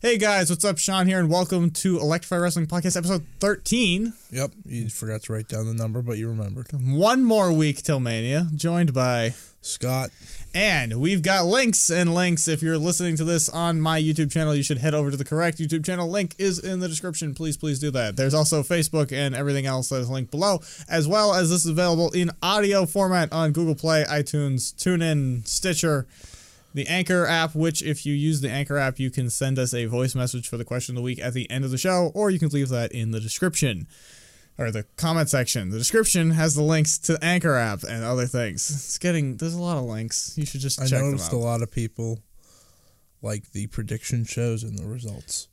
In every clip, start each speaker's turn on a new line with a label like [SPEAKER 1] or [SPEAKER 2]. [SPEAKER 1] Hey guys, what's up? Sean here, and welcome to Electrify Wrestling Podcast, episode 13.
[SPEAKER 2] Yep, you forgot to write down the number, but you remembered.
[SPEAKER 1] One more week till Mania, joined by.
[SPEAKER 2] Scott,
[SPEAKER 1] And we've got links and links. If you're listening to this on my YouTube channel, you should head over to the correct YouTube channel. Link is in the description. Please, please do that. There's also Facebook and everything else that is linked below, as well as this is available in audio format on Google Play, iTunes, TuneIn, Stitcher, the Anchor app, which if you use the Anchor app, you can send us a voice message for the question of the week at the end of the show, or you can leave that in the description or the comment section. The description has the links to the Anchor app and other things. It's getting there's a lot of links. You should just
[SPEAKER 2] I
[SPEAKER 1] check them
[SPEAKER 2] noticed
[SPEAKER 1] out.
[SPEAKER 2] a lot of people like the prediction shows and the results.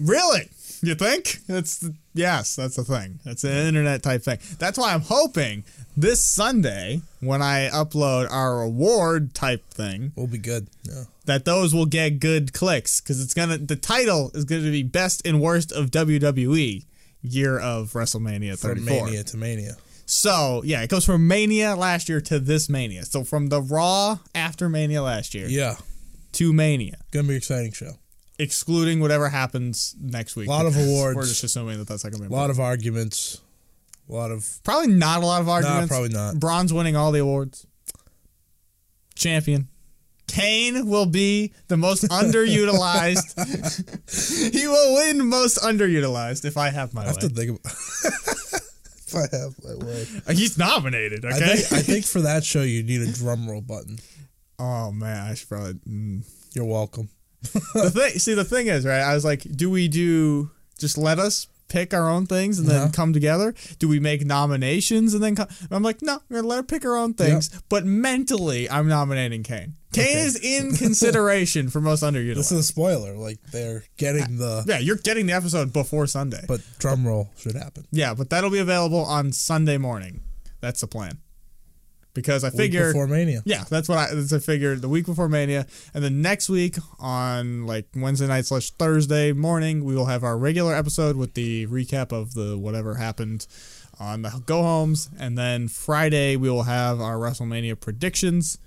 [SPEAKER 1] really? You think? That's the, yes, that's the thing. That's an internet type thing. That's why I'm hoping this Sunday when I upload our award type thing
[SPEAKER 2] We'll be good. Yeah.
[SPEAKER 1] that those will get good clicks because it's gonna the title is gonna be best and worst of WWE year of WrestleMania
[SPEAKER 2] From
[SPEAKER 1] 34.
[SPEAKER 2] mania to mania.
[SPEAKER 1] So yeah, it goes from Mania last year to this Mania. So from the Raw after Mania last year
[SPEAKER 2] Yeah.
[SPEAKER 1] to Mania,
[SPEAKER 2] Gonna be an exciting show.
[SPEAKER 1] excluding whatever happens next week.
[SPEAKER 2] Lot of
[SPEAKER 1] because
[SPEAKER 2] awards.
[SPEAKER 1] We're just assuming that that's not going to
[SPEAKER 2] A
[SPEAKER 1] be.
[SPEAKER 2] lot of arguments. A lot of
[SPEAKER 1] probably not a lot of
[SPEAKER 2] Nah,
[SPEAKER 1] arguments.
[SPEAKER 2] probably not.
[SPEAKER 1] Bronze Uh, winning all the awards. Champion. Kane will be the most underutilized. he will win most underutilized if I have my
[SPEAKER 2] I have to
[SPEAKER 1] way.
[SPEAKER 2] think about if I have my way.
[SPEAKER 1] He's nominated. Okay.
[SPEAKER 2] I think I think for that show you need a drum roll button.
[SPEAKER 1] oh man, I should probably. mm.
[SPEAKER 2] You're welcome.
[SPEAKER 1] the thing, see, the thing is, right? I was like, do we do just let us pick our own things and then
[SPEAKER 2] Uh-huh.
[SPEAKER 1] come together? Do we make nominations and then come? I'm like, no, we're gonna let her pick her own things. But mentally, I'm nominating Kane. Kane
[SPEAKER 2] Okay.
[SPEAKER 1] is in consideration for most underutilized.
[SPEAKER 2] This is a spoiler. Like they're getting the
[SPEAKER 1] yeah, you're getting the episode before Sunday.
[SPEAKER 2] but drum roll should happen.
[SPEAKER 1] yeah, but that'll be available on Sunday morning. That's the plan. Because I
[SPEAKER 2] Week
[SPEAKER 1] figure
[SPEAKER 2] before mania.
[SPEAKER 1] Yeah, that's what I, that's I figured the week before Mania. And then next week on like Wednesday night slash Thursday morning, we will have our regular episode with the recap of the whatever happened on the go homes. And then Friday, we will have our WrestleMania predictions,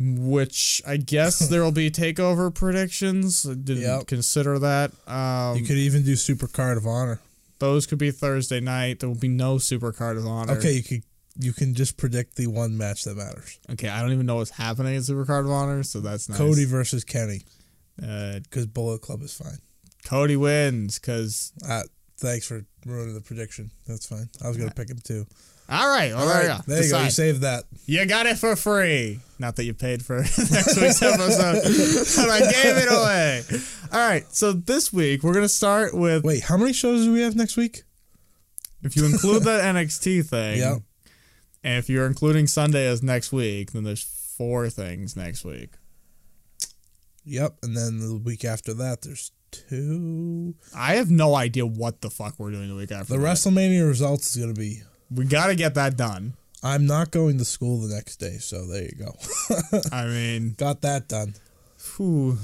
[SPEAKER 1] which I guess there will be takeover predictions. I didn't
[SPEAKER 2] Yep.
[SPEAKER 1] consider that. Um,
[SPEAKER 2] You could even do Super Card of Honor.
[SPEAKER 1] those could be Thursday night. There will be no Super Card of Honor.
[SPEAKER 2] Okay, you could you can just predict the one match that matters.
[SPEAKER 1] Okay, I don't even know what's happening at Super Card of Honor, so that's nice.
[SPEAKER 2] Cody versus Kenny
[SPEAKER 1] Uh,
[SPEAKER 2] because Bullet Club is fine.
[SPEAKER 1] Cody wins because
[SPEAKER 2] Uh, thanks for ruining the prediction. That's fine. I was gonna pick him too.
[SPEAKER 1] all right, well,
[SPEAKER 2] All
[SPEAKER 1] there
[SPEAKER 2] right,
[SPEAKER 1] you go.
[SPEAKER 2] there you go. You
[SPEAKER 1] Decide.
[SPEAKER 2] saved that.
[SPEAKER 1] You got it for free. Not that you paid for next week's episode, but I gave it away. All right, so this week we're gonna start with
[SPEAKER 2] Wait, how many shows do we have next week?
[SPEAKER 1] if you include that NXT thing,
[SPEAKER 2] Yeah.
[SPEAKER 1] and if you're including Sunday as next week, then there's four things next week.
[SPEAKER 2] Yep, and then the week after that, there's two.
[SPEAKER 1] I have no idea what the fuck we're doing the week after.
[SPEAKER 2] The
[SPEAKER 1] that.
[SPEAKER 2] WrestleMania results is gonna be.
[SPEAKER 1] we gotta get that done.
[SPEAKER 2] I'm not going to school the next day, so there you go.
[SPEAKER 1] I mean,
[SPEAKER 2] Got that done.
[SPEAKER 1] Whew,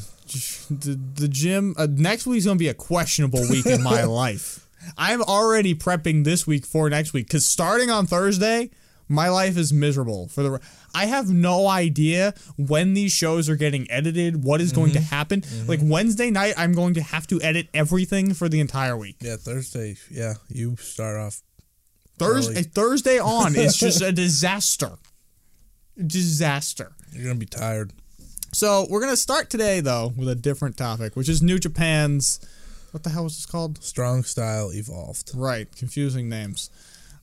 [SPEAKER 1] the, the gym. Uh, next week's gonna be a questionable week in my life. I'm already prepping this week for next week because starting on Thursday, my life is miserable. For the I have no idea when these shows are getting edited. What is going to happen? Like Wednesday night, I'm going to have to edit everything for the entire week.
[SPEAKER 2] Yeah, Thursday. Yeah, you start off.
[SPEAKER 1] Thursday
[SPEAKER 2] Early.
[SPEAKER 1] Thursday on is just a disaster. Disaster.
[SPEAKER 2] You're gonna be tired.
[SPEAKER 1] So we're gonna start today though with a different topic, which is New Japan's what the hell was this called?
[SPEAKER 2] Strong style evolved.
[SPEAKER 1] Right, confusing names.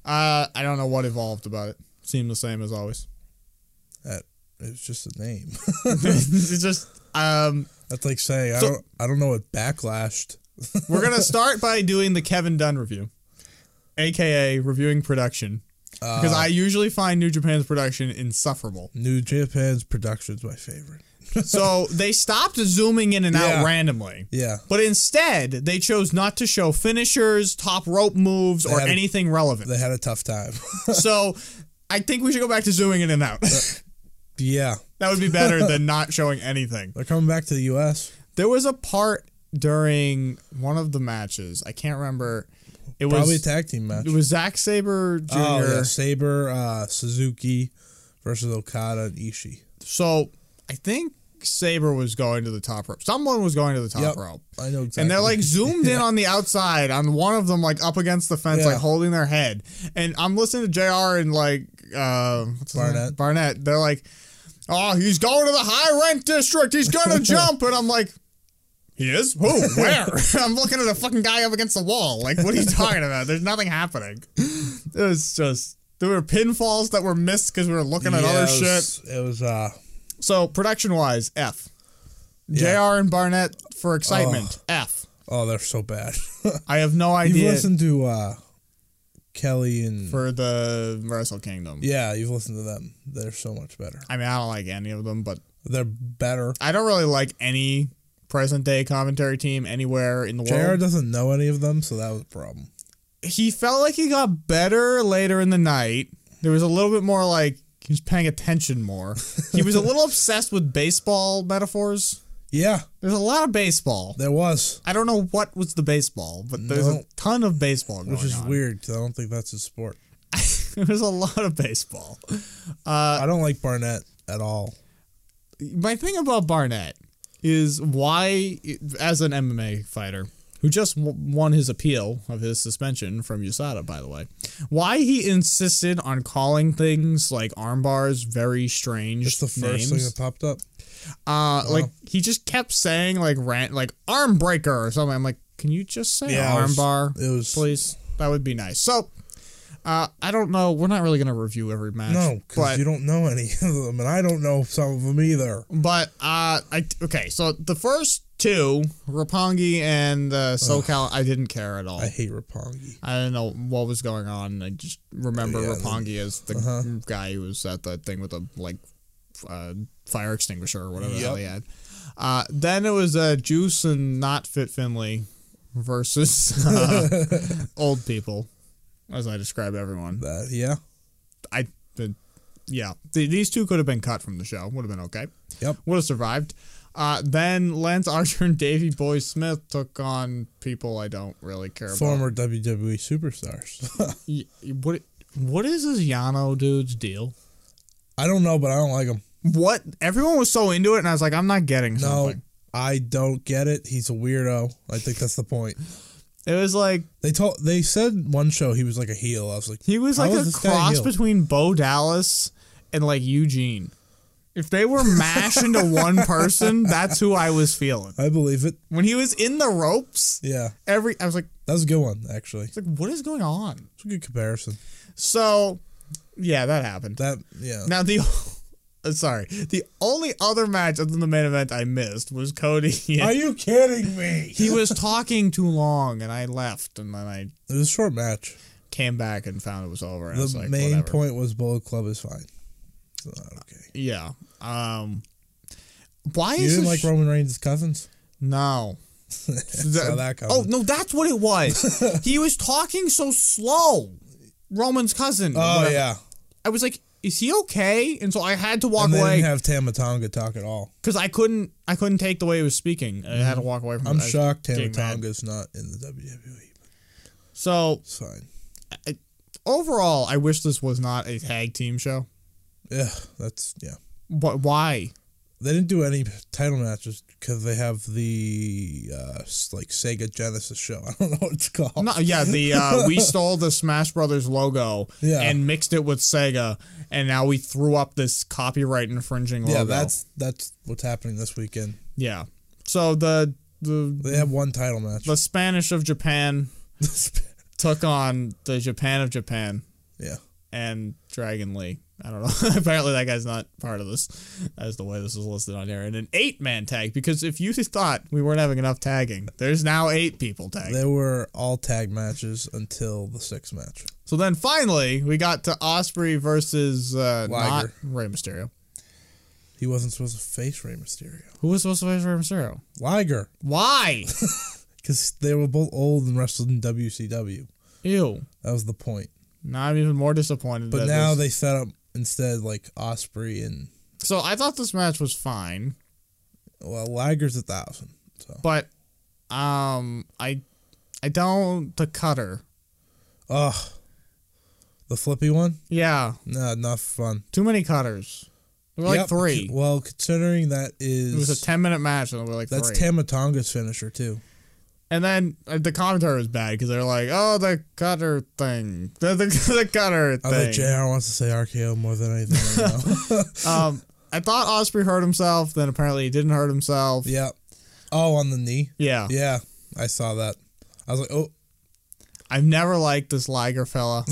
[SPEAKER 1] Uh, I don't know what evolved about it. Seemed the same as always.
[SPEAKER 2] That it's just a name.
[SPEAKER 1] it's just um,
[SPEAKER 2] That's like saying I
[SPEAKER 1] So-
[SPEAKER 2] don't I don't know what backlashed.
[SPEAKER 1] we're gonna start by doing the Kevin Dunn review, aka reviewing production,
[SPEAKER 2] Uh.
[SPEAKER 1] because I usually find New Japan's production insufferable.
[SPEAKER 2] New Japan's production's my favorite.
[SPEAKER 1] so they stopped zooming in and
[SPEAKER 2] Yeah.
[SPEAKER 1] out randomly.
[SPEAKER 2] Yeah.
[SPEAKER 1] But instead, they chose not to show finishers, top rope moves, or
[SPEAKER 2] had-
[SPEAKER 1] anything relevant.
[SPEAKER 2] They had a tough time.
[SPEAKER 1] so I think we should go back to zooming in and out.
[SPEAKER 2] yeah.
[SPEAKER 1] that would be better than not showing anything.
[SPEAKER 2] They're coming back to the US.
[SPEAKER 1] There was a part during one of the matches. I can't remember. It
[SPEAKER 2] Probably a
[SPEAKER 1] was
[SPEAKER 2] tag team match.
[SPEAKER 1] it was Zack Saber Jr.
[SPEAKER 2] Oh, yeah. uh, Saber, uh, Suzuki versus Okada and Ishii.
[SPEAKER 1] So I think Saber was going to the top rope. Someone was going to the top
[SPEAKER 2] Yep.
[SPEAKER 1] rope.
[SPEAKER 2] I know exactly.
[SPEAKER 1] And they're like zoomed in on the outside on one of them, like up against the fence,
[SPEAKER 2] Yeah.
[SPEAKER 1] like holding their head. And I'm listening to JR and like uh, what's his name?
[SPEAKER 2] Barnett.
[SPEAKER 1] Barnett. They're like, oh, he's going to the high rent district. He's going to jump. And I'm like, he is? Who? Where? I'm looking at a fucking guy up against the wall. Like, what are you talking about? There's nothing happening. It was just, there were pinfalls that were missed because we were looking at
[SPEAKER 2] Yeah,
[SPEAKER 1] other
[SPEAKER 2] it
[SPEAKER 1] shit.
[SPEAKER 2] was, It was uh
[SPEAKER 1] So production wise, F.
[SPEAKER 2] Yeah.
[SPEAKER 1] JR and Barnett for excitement, F.
[SPEAKER 2] oh they're so bad.
[SPEAKER 1] I have no
[SPEAKER 2] you've
[SPEAKER 1] idea
[SPEAKER 2] listened to uh Kelly and
[SPEAKER 1] for the Wrestle Kingdom.
[SPEAKER 2] yeah, you've listened to them. They're so much better.
[SPEAKER 1] I mean, I don't like any of them, but
[SPEAKER 2] They're better.
[SPEAKER 1] I don't really like any present day commentary team anywhere in the
[SPEAKER 2] JR
[SPEAKER 1] world.
[SPEAKER 2] doesn't know any of them, so that was a problem.
[SPEAKER 1] He felt like he got better later in the night. There was a little bit more like he was paying attention more. he was a little obsessed with baseball metaphors.
[SPEAKER 2] Yeah,
[SPEAKER 1] There's a lot of baseball.
[SPEAKER 2] there was,
[SPEAKER 1] I don't know what was the baseball, but there's a
[SPEAKER 2] No.
[SPEAKER 1] ton of baseball going
[SPEAKER 2] which is
[SPEAKER 1] on.
[SPEAKER 2] weird 'cause I don't think that's his sport.
[SPEAKER 1] There's a lot of baseball. Uh,
[SPEAKER 2] I don't like Barnett at all.
[SPEAKER 1] My thing about Barnett is why, as an MMA fighter who just w- won his appeal of his suspension from USADA, by the way, why he insisted on calling things like arm bars very strange
[SPEAKER 2] It's the
[SPEAKER 1] names.
[SPEAKER 2] first thing that popped up.
[SPEAKER 1] uh, Like he just kept saying like rant, like arm breaker or something. I'm like, can you just say
[SPEAKER 2] Yeah, it
[SPEAKER 1] arm
[SPEAKER 2] was-
[SPEAKER 1] bar,
[SPEAKER 2] It was
[SPEAKER 1] please? That would be nice. So. Uh, I don't know. We're not really gonna review every match.
[SPEAKER 2] no,
[SPEAKER 1] but
[SPEAKER 2] because you don't know any of them, and I don't know some of them either.
[SPEAKER 1] But uh, I okay. So the first two, Rapongi and uh, SoCal, I didn't care at all.
[SPEAKER 2] I
[SPEAKER 1] I,
[SPEAKER 2] hate Rapongi.
[SPEAKER 1] didn't know what was going on. I just remember
[SPEAKER 2] Yeah, the-
[SPEAKER 1] Rapongi as the
[SPEAKER 2] Uh-huh.
[SPEAKER 1] guy who was at the thing with the like f- uh, fire extinguisher or whatever the hell
[SPEAKER 2] Yep.
[SPEAKER 1] he had. Uh, then it was uh, Juice and not Fit Finley versus uh, old people, as I describe everyone.
[SPEAKER 2] That yeah,
[SPEAKER 1] I, the, yeah, Th- these two could have been cut from the show. Would have been okay.
[SPEAKER 2] Yep.
[SPEAKER 1] Would have survived. Uh, then Lance Archer and Davey Boy Smith took on people I don't really care about.
[SPEAKER 2] former WWE superstars.
[SPEAKER 1] Y- What? What is this Yano dude's deal?
[SPEAKER 2] I don't know, but I don't like him.
[SPEAKER 1] What? Everyone was so into it, and I was like, I'm not getting
[SPEAKER 2] No,
[SPEAKER 1] something.
[SPEAKER 2] I don't get it. He's a weirdo. I think that's the point.
[SPEAKER 1] It was like
[SPEAKER 2] They told they said one show he was like a heel. I was like, "Hmm,
[SPEAKER 1] he was
[SPEAKER 2] How
[SPEAKER 1] like
[SPEAKER 2] is
[SPEAKER 1] a
[SPEAKER 2] this guy
[SPEAKER 1] cross
[SPEAKER 2] heel?
[SPEAKER 1] between Bo Dallas and like Eugene. If they were mashed into one person, that's who I was feeling.
[SPEAKER 2] I believe it.
[SPEAKER 1] When he was in the ropes,
[SPEAKER 2] Yeah,
[SPEAKER 1] every I was like,
[SPEAKER 2] that was a good one actually.
[SPEAKER 1] It's like, what is going on?
[SPEAKER 2] It's a good comparison.
[SPEAKER 1] So, yeah, that happened.
[SPEAKER 2] That yeah.
[SPEAKER 1] Now, the. uh, Sorry. The only other match other than the main event I missed was Cody.
[SPEAKER 2] Are you kidding me?
[SPEAKER 1] he was talking too long, and I left, and then I
[SPEAKER 2] It was a short match.
[SPEAKER 1] came back and found it was over. And I
[SPEAKER 2] the
[SPEAKER 1] was like,
[SPEAKER 2] main
[SPEAKER 1] whatever.
[SPEAKER 2] point was Bullet Club is fine. It's not okay.
[SPEAKER 1] Yeah. Um. Why
[SPEAKER 2] You
[SPEAKER 1] is
[SPEAKER 2] didn't
[SPEAKER 1] this
[SPEAKER 2] like
[SPEAKER 1] sh-
[SPEAKER 2] Roman Reigns' cousins?
[SPEAKER 1] no?
[SPEAKER 2] Saw that coming.
[SPEAKER 1] oh no, that's what it was. he was talking so slow. Roman's cousin.
[SPEAKER 2] Oh
[SPEAKER 1] whatever.
[SPEAKER 2] yeah.
[SPEAKER 1] I was like, is he okay? And so I had to walk
[SPEAKER 2] And they
[SPEAKER 1] away.
[SPEAKER 2] didn't have Tamatonga talk at all.
[SPEAKER 1] because I couldn't I couldn't take the way he was speaking. I had to walk away from.
[SPEAKER 2] I'm
[SPEAKER 1] it. I was
[SPEAKER 2] shocked
[SPEAKER 1] getting mad.
[SPEAKER 2] Tamatonga's not in the WWE. But
[SPEAKER 1] So
[SPEAKER 2] it's fine.
[SPEAKER 1] overall, I wish this was not a tag team show.
[SPEAKER 2] Yeah, that's yeah.
[SPEAKER 1] But why?
[SPEAKER 2] They didn't do any title matches because they have the uh, s- like Sega Genesis show. I don't know what it's called.
[SPEAKER 1] No, yeah, the uh, we stole the Smash Brothers logo
[SPEAKER 2] Yeah.
[SPEAKER 1] and mixed it with Sega, and now we threw up this copyright infringing logo.
[SPEAKER 2] yeah, that's that's what's happening this weekend.
[SPEAKER 1] yeah. So the the
[SPEAKER 2] They have one title match.
[SPEAKER 1] the Spanish of Japan took on the Japan of Japan
[SPEAKER 2] yeah,
[SPEAKER 1] and Dragon Lee. I don't know. Apparently, that guy's not part of this, as the way this is listed on here. And an eight-man tag, because if you thought we weren't having enough tagging, there's now eight people tagging.
[SPEAKER 2] they were all tag matches until the sixth match.
[SPEAKER 1] So then finally, we got to Osprey versus uh, not
[SPEAKER 2] Liger.
[SPEAKER 1] Rey Mysterio.
[SPEAKER 2] He wasn't supposed to face Rey Mysterio.
[SPEAKER 1] Who was supposed to face Rey Mysterio?
[SPEAKER 2] Liger,
[SPEAKER 1] Why?
[SPEAKER 2] because they were both old and wrestled in WCW.
[SPEAKER 1] Ew.
[SPEAKER 2] That was the point.
[SPEAKER 1] Now I'm even more disappointed. that
[SPEAKER 2] But now
[SPEAKER 1] this-
[SPEAKER 2] they set up instead like Osprey and
[SPEAKER 1] so I thought this match was fine,
[SPEAKER 2] well Liger's a thousand. So
[SPEAKER 1] but um, I, I don't the cutter.
[SPEAKER 2] oh, the flippy one.
[SPEAKER 1] Yeah,
[SPEAKER 2] No, not fun.
[SPEAKER 1] too many cutters. There were like
[SPEAKER 2] Yep.
[SPEAKER 1] three.
[SPEAKER 2] Well, considering that is
[SPEAKER 1] It was a ten minute match, and there were like
[SPEAKER 2] that's
[SPEAKER 1] three.
[SPEAKER 2] Tamatonga's finisher too.
[SPEAKER 1] And then uh, the commentary was bad because they're like, "Oh, the cutter thing, the the, the cutter
[SPEAKER 2] I think
[SPEAKER 1] thing."
[SPEAKER 2] JR wants to say RKO more than anything right now.
[SPEAKER 1] um, I thought Osprey hurt himself. Then apparently he didn't hurt himself. Yeah,
[SPEAKER 2] yeah. Oh, on the knee. Yeah, I saw that. I was like, oh,
[SPEAKER 1] I've never liked this Liger fella.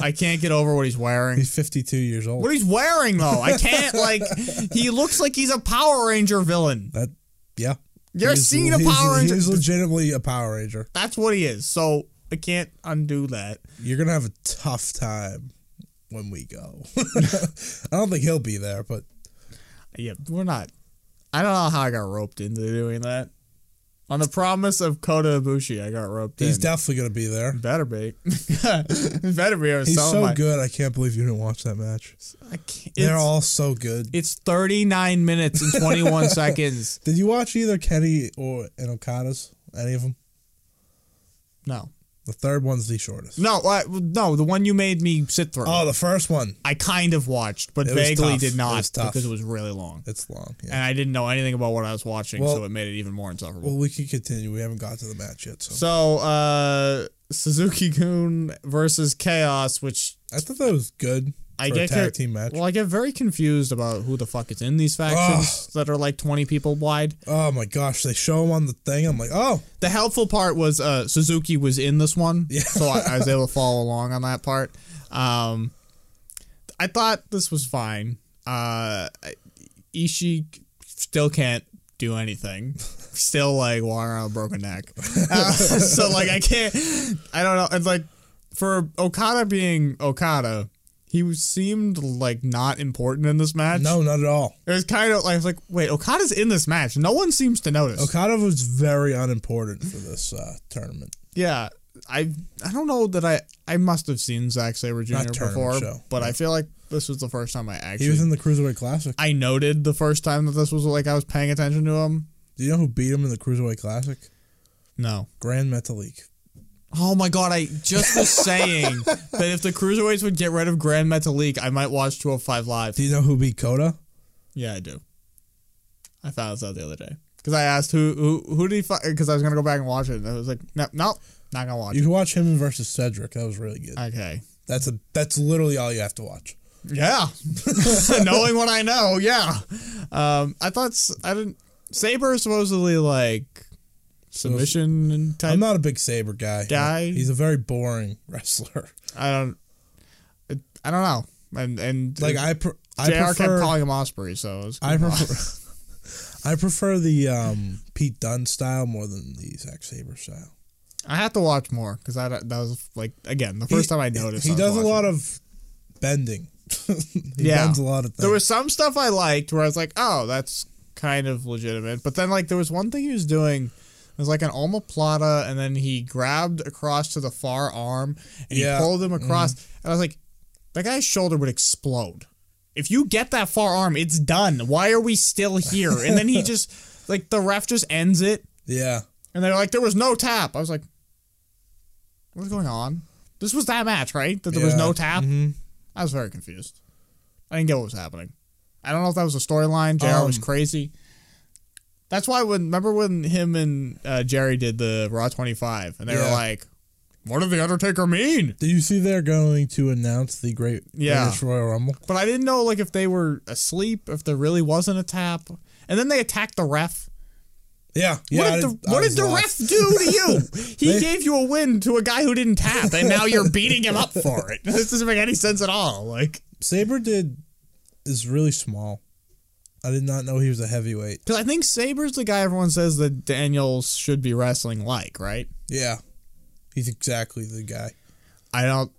[SPEAKER 1] I can't get over what he's wearing.
[SPEAKER 2] he's 52 years old.
[SPEAKER 1] What he's wearing though, I can't like. He looks like he's a Power Ranger villain.
[SPEAKER 2] that, yeah.
[SPEAKER 1] You're
[SPEAKER 2] He's-
[SPEAKER 1] seeing a
[SPEAKER 2] he's-
[SPEAKER 1] Power Ranger.
[SPEAKER 2] He's legitimately a Power Ranger.
[SPEAKER 1] That's what he is. So I can't undo that.
[SPEAKER 2] You're gonna have a tough time when we go. I don't think he'll be there, but
[SPEAKER 1] Yeah, we're not. I don't know how I got roped into doing that. On the promise of Kota Ibushi, I got roped
[SPEAKER 2] he's
[SPEAKER 1] in.
[SPEAKER 2] definitely gonna be there.
[SPEAKER 1] better be. better be. I was
[SPEAKER 2] He's
[SPEAKER 1] selling
[SPEAKER 2] so
[SPEAKER 1] my-
[SPEAKER 2] good. I can't believe you didn't watch that match.
[SPEAKER 1] I can't,
[SPEAKER 2] They're
[SPEAKER 1] it's,
[SPEAKER 2] all so good.
[SPEAKER 1] it's 39 minutes and 21 seconds.
[SPEAKER 2] Did you watch either Kenny or and Okada's? Any of them?
[SPEAKER 1] No.
[SPEAKER 2] The third one's the shortest.
[SPEAKER 1] No, I, no, the one you made me sit through.
[SPEAKER 2] Oh, the first one.
[SPEAKER 1] I kind of watched, but
[SPEAKER 2] It was
[SPEAKER 1] vaguely
[SPEAKER 2] tough.
[SPEAKER 1] did
[SPEAKER 2] It
[SPEAKER 1] not
[SPEAKER 2] was tough.
[SPEAKER 1] because it was really long.
[SPEAKER 2] It's long.
[SPEAKER 1] And
[SPEAKER 2] Yeah.
[SPEAKER 1] I didn't know anything about what I was watching,
[SPEAKER 2] Well-
[SPEAKER 1] so it made it even more insufferable.
[SPEAKER 2] Well, we can continue. We haven't got to the match yet, so,
[SPEAKER 1] So uh Suzuki Goon versus Chaos, which
[SPEAKER 2] I thought that was good.
[SPEAKER 1] I
[SPEAKER 2] for a
[SPEAKER 1] get
[SPEAKER 2] tag
[SPEAKER 1] her-
[SPEAKER 2] team match.
[SPEAKER 1] well, I get very confused about who the fuck is in these factions that are like twenty people wide.
[SPEAKER 2] Oh my gosh, they show him on the thing. I'm like, oh,
[SPEAKER 1] The helpful part was uh Suzuki was in this one.
[SPEAKER 2] Yeah.
[SPEAKER 1] So I, I was able to follow along on that part. Um I thought this was fine. Uh Ishii still can't do anything. Still like walking around with a broken neck. Uh, so like I can't. I don't know. It's like for Okada being Okada, he seemed like not important in this match.
[SPEAKER 2] no, not at all.
[SPEAKER 1] it was kind of like I was like, wait, Okada's in this match. No one seems to notice.
[SPEAKER 2] Okada was very unimportant for this uh, tournament.
[SPEAKER 1] Yeah, I I don't know that I I must have seen Zack Saber Jr.
[SPEAKER 2] Not tournament
[SPEAKER 1] before,
[SPEAKER 2] show.
[SPEAKER 1] but I feel like this was the first time I
[SPEAKER 2] He
[SPEAKER 1] actually.
[SPEAKER 2] was in the Cruiserweight Classic.
[SPEAKER 1] I noted the first time that this was like I was paying attention to him.
[SPEAKER 2] Do you know who beat him in the Cruiserweight Classic?
[SPEAKER 1] No.
[SPEAKER 2] Grand Metalik.
[SPEAKER 1] Oh my god, I just was saying that if the Cruiserweights would get rid of Grand Metalik, I might watch 205 Live.
[SPEAKER 2] Do you know who beat Kota?
[SPEAKER 1] Yeah, I do. I found this out the other day. Because I asked who who who did he fight? Because I was gonna go back and watch it, and I was like, no, no, not gonna watch
[SPEAKER 2] You can watch him versus Cedric. That was really good.
[SPEAKER 1] it. Okay.
[SPEAKER 2] That's a that's literally all you have to watch.
[SPEAKER 1] Yeah. Knowing what I know, yeah. Um, I thought s- I didn't. Saber is supposedly like submission type.
[SPEAKER 2] I'm not a big Saber guy.
[SPEAKER 1] Guy?
[SPEAKER 2] He's a very boring wrestler.
[SPEAKER 1] I don't. it- I don't know. And and
[SPEAKER 2] Like I, pre- I
[SPEAKER 1] Jr.
[SPEAKER 2] prefer
[SPEAKER 1] kept calling him Osprey, so it was
[SPEAKER 2] I prefer I prefer the um, Pete Dunne style more than the Zack Saber style.
[SPEAKER 1] I have to watch more because I don't- that was like again the first
[SPEAKER 2] He-
[SPEAKER 1] time I noticed.
[SPEAKER 2] he
[SPEAKER 1] I was
[SPEAKER 2] does a
[SPEAKER 1] watching.
[SPEAKER 2] lot of bending. he
[SPEAKER 1] Yeah.
[SPEAKER 2] bends a lot of things.
[SPEAKER 1] There was some stuff I liked where I was like, oh, that's kind of legitimate. But then like there was one thing he was doing. It was like an alma plata, and then he grabbed across to the far arm and
[SPEAKER 2] Yeah. Mm-hmm.
[SPEAKER 1] he pulled him across. And I was like, that guy's shoulder would explode. If you get that far arm, it's done. Why are we still here? And then he just like the ref just ends it
[SPEAKER 2] yeah.
[SPEAKER 1] and they're like, there was no tap. I was like, what's going on? This was that match, right? That there was
[SPEAKER 2] Yeah. Mm-hmm.
[SPEAKER 1] no tap? I was very confused. I didn't get what was happening. I don't know if that was a storyline. JR was
[SPEAKER 2] Um,
[SPEAKER 1] crazy. That's why when remember when him and uh, Jerry did the Raw 25 and they were
[SPEAKER 2] Yeah.
[SPEAKER 1] like, "What did the Undertaker mean?"
[SPEAKER 2] Did you see they're going to announce the Great
[SPEAKER 1] Yeah.
[SPEAKER 2] British Royal Rumble?
[SPEAKER 1] But I didn't know like if they were asleep, if there really wasn't a tap. And then they attacked the ref.
[SPEAKER 2] Yeah. yeah
[SPEAKER 1] What did,
[SPEAKER 2] I did-
[SPEAKER 1] the,
[SPEAKER 2] I
[SPEAKER 1] what did
[SPEAKER 2] was
[SPEAKER 1] the ref
[SPEAKER 2] lost.
[SPEAKER 1] do to you? He
[SPEAKER 2] They-
[SPEAKER 1] gave you a win to a guy who didn't tap, and now you're beating him up for it. This doesn't make any sense at all. Like,
[SPEAKER 2] Saber did is really small. I did not know he was a heavyweight.
[SPEAKER 1] because I think Saber's the guy everyone says that Daniels should be wrestling like, right?
[SPEAKER 2] Yeah. He's exactly the guy.
[SPEAKER 1] I don't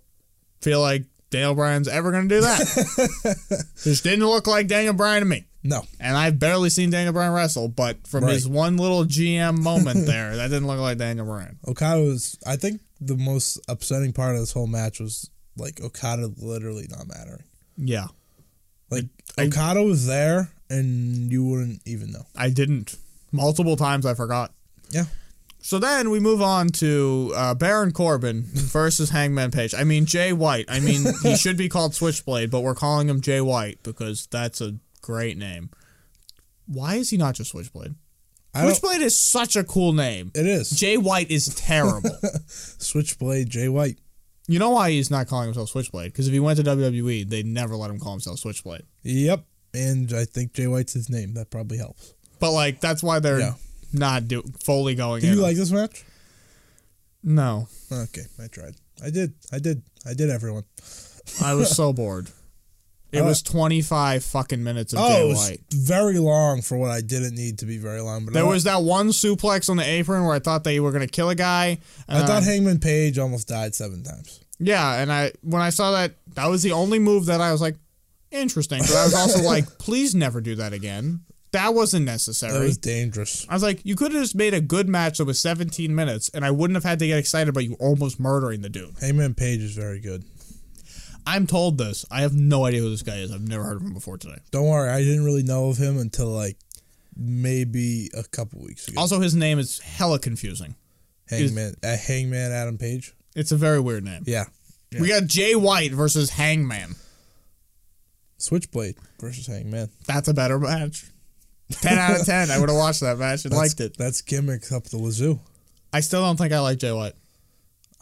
[SPEAKER 1] feel like Daniel Bryan's ever going to do that. Just didn't look like Daniel Bryan to me.
[SPEAKER 2] No.
[SPEAKER 1] And I've barely seen Daniel Bryan wrestle, but from his
[SPEAKER 2] Right.
[SPEAKER 1] one little GM moment there, that didn't look like Daniel Bryan.
[SPEAKER 2] Okada was I think the most upsetting part of this whole match was like Okada literally not mattering.
[SPEAKER 1] Yeah.
[SPEAKER 2] Like
[SPEAKER 1] I-
[SPEAKER 2] Okada was there and you wouldn't even know.
[SPEAKER 1] I didn't. Multiple times I forgot.
[SPEAKER 2] Yeah.
[SPEAKER 1] So then we move on to uh, Baron Corbin versus Hangman Page. I mean Jay White. I mean he should be called Switchblade, but we're calling him Jay White because that's a great name. Why is he not just Switchblade?
[SPEAKER 2] I don't,
[SPEAKER 1] Switchblade is such a cool name.
[SPEAKER 2] it is
[SPEAKER 1] Jay White is terrible.
[SPEAKER 2] Switchblade Jay White.
[SPEAKER 1] you know why he's not calling himself Switchblade? Because if he went to WWE, they'd never let him call himself Switchblade.
[SPEAKER 2] Yep, and I think Jay White's his name. That probably helps.
[SPEAKER 1] But like that's why they're
[SPEAKER 2] Yeah.
[SPEAKER 1] not do- fully going.
[SPEAKER 2] Did
[SPEAKER 1] in.
[SPEAKER 2] you like this match?
[SPEAKER 1] no,
[SPEAKER 2] Okay, I tried. I did. I did. I did. Everyone.
[SPEAKER 1] I was so bored. It
[SPEAKER 2] Uh,
[SPEAKER 1] was twenty five fucking minutes of
[SPEAKER 2] Oh,
[SPEAKER 1] Jay
[SPEAKER 2] it was
[SPEAKER 1] White.
[SPEAKER 2] very long for what I didn't need to be very long. But I
[SPEAKER 1] There
[SPEAKER 2] don't-
[SPEAKER 1] was that one suplex on the apron where I thought they were gonna kill a guy. And
[SPEAKER 2] I thought Hangman Page almost died seven times.
[SPEAKER 1] yeah, and I when I saw that, that was the only move that I was like, interesting. But I was also like, please never do that again. That wasn't necessary.
[SPEAKER 2] That was dangerous.
[SPEAKER 1] I was like, you could have just made a good match that was 17 minutes, and I wouldn't have had to get excited about you almost murdering the dude.
[SPEAKER 2] Hangman Page is very good.
[SPEAKER 1] I'm told this. I have no idea who this guy is. I've never heard of him before today.
[SPEAKER 2] Don't worry, I didn't really know of him until like maybe a couple weeks ago.
[SPEAKER 1] Also, his name is hella confusing.
[SPEAKER 2] Hangman, uh, Hangman Adam Page.
[SPEAKER 1] It's a very weird name.
[SPEAKER 2] Yeah,
[SPEAKER 1] We got Jay White versus Hangman.
[SPEAKER 2] Switchblade versus Hangman.
[SPEAKER 1] That's a better match. 10 out of 10. I would have watched that match and
[SPEAKER 2] That's-
[SPEAKER 1] liked it.
[SPEAKER 2] That's gimmicks up the wazoo.
[SPEAKER 1] I still don't think I like Jay White.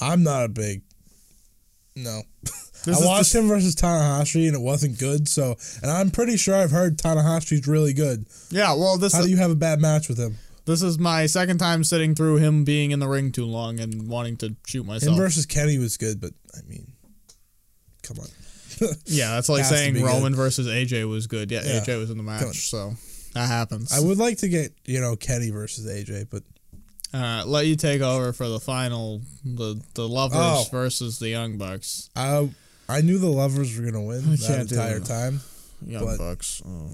[SPEAKER 2] I'm not a big. No,
[SPEAKER 1] This is
[SPEAKER 2] I watched him versus Tanahashi and it wasn't good. So, and I'm pretty sure I've heard Tanahashi's really good.
[SPEAKER 1] Yeah, well, this
[SPEAKER 2] How do you have a bad match with him?
[SPEAKER 1] this is my second time sitting through him being in the ring too long and wanting to shoot
[SPEAKER 2] Him
[SPEAKER 1] myself.
[SPEAKER 2] versus Kenny was good, but I mean, come on.
[SPEAKER 1] yeah, that's like
[SPEAKER 2] has to be
[SPEAKER 1] saying
[SPEAKER 2] good.
[SPEAKER 1] Roman versus AJ was good. Yeah,
[SPEAKER 2] Yeah.
[SPEAKER 1] AJ was in the
[SPEAKER 2] Good.
[SPEAKER 1] match, so that happens.
[SPEAKER 2] I would like to get you know Kenny versus AJ, but
[SPEAKER 1] uh, let you take over for the final, the the lovers
[SPEAKER 2] Oh.
[SPEAKER 1] versus the Young Bucks.
[SPEAKER 2] I I knew the lovers were gonna win that
[SPEAKER 1] can't do
[SPEAKER 2] entire
[SPEAKER 1] that.
[SPEAKER 2] time.
[SPEAKER 1] Young
[SPEAKER 2] But-
[SPEAKER 1] Bucks. Oh.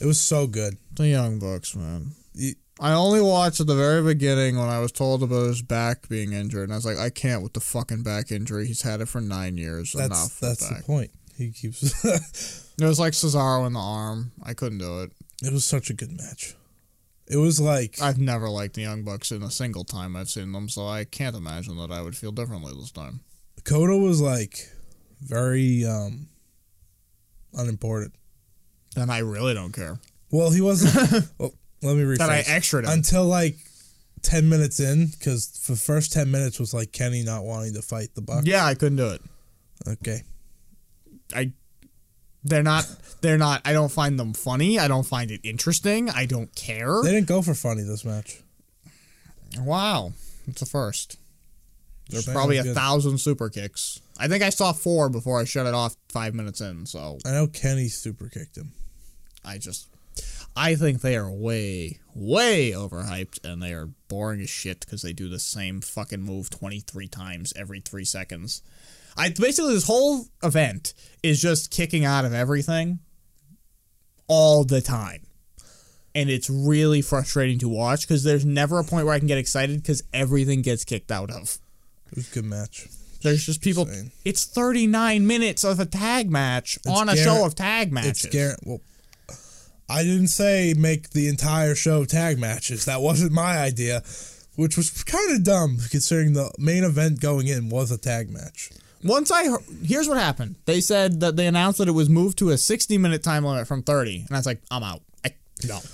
[SPEAKER 2] It was so good.
[SPEAKER 1] The Young Bucks, man.
[SPEAKER 2] Y-
[SPEAKER 1] I only watched at the very beginning when I was told about his back being injured, and I was like, I can't with the fucking back injury. He's had it for nine years.
[SPEAKER 2] That's
[SPEAKER 1] Enough.
[SPEAKER 2] that's
[SPEAKER 1] That's
[SPEAKER 2] the
[SPEAKER 1] back.
[SPEAKER 2] point. He keeps.
[SPEAKER 1] it was like Cesaro in the arm. I couldn't do it.
[SPEAKER 2] it was such a good match. It was like
[SPEAKER 1] I've never liked the Young Bucks in a single time I've seen them, so I can't imagine that I would feel differently this time.
[SPEAKER 2] Coda was like very um unimportant.
[SPEAKER 1] And I really don't care.
[SPEAKER 2] Well, he wasn't. well, let me rephrase.
[SPEAKER 1] That I extra don't.
[SPEAKER 2] until like 10 minutes in because the first 10 minutes was like kenny not wanting to fight the buck
[SPEAKER 1] Yeah, I couldn't do it.
[SPEAKER 2] okay
[SPEAKER 1] I they're not they're not I don't find them funny. I don't find it interesting. I don't care.
[SPEAKER 2] they didn't go for funny this match
[SPEAKER 1] Wow. It's a first. There's
[SPEAKER 2] Shane
[SPEAKER 1] probably a
[SPEAKER 2] was good.
[SPEAKER 1] thousand super kicks. I think I saw four before I shut it off five minutes in, so
[SPEAKER 2] i know kenny super kicked him
[SPEAKER 1] I just I think they are way, way overhyped and they are boring as shit because they do the same fucking move 23 times every three seconds. I basically this whole event is just kicking out of everything all the time. And it's really frustrating to watch because there's never a point where I can get excited because everything gets kicked out of.
[SPEAKER 2] it was a good match
[SPEAKER 1] There's just people.
[SPEAKER 2] Insane.
[SPEAKER 1] It's 39 minutes of a tag match on a
[SPEAKER 2] gar-
[SPEAKER 1] show of tag matches.
[SPEAKER 2] it's garrett well i didn't say make the entire show tag matches that wasn't my idea which was kind of dumb considering the main event going in was a tag match
[SPEAKER 1] Once I he- here's what happened. They said that they announced that it was moved to a 60 minute time limit from 30, and I was like, I'm out. I no.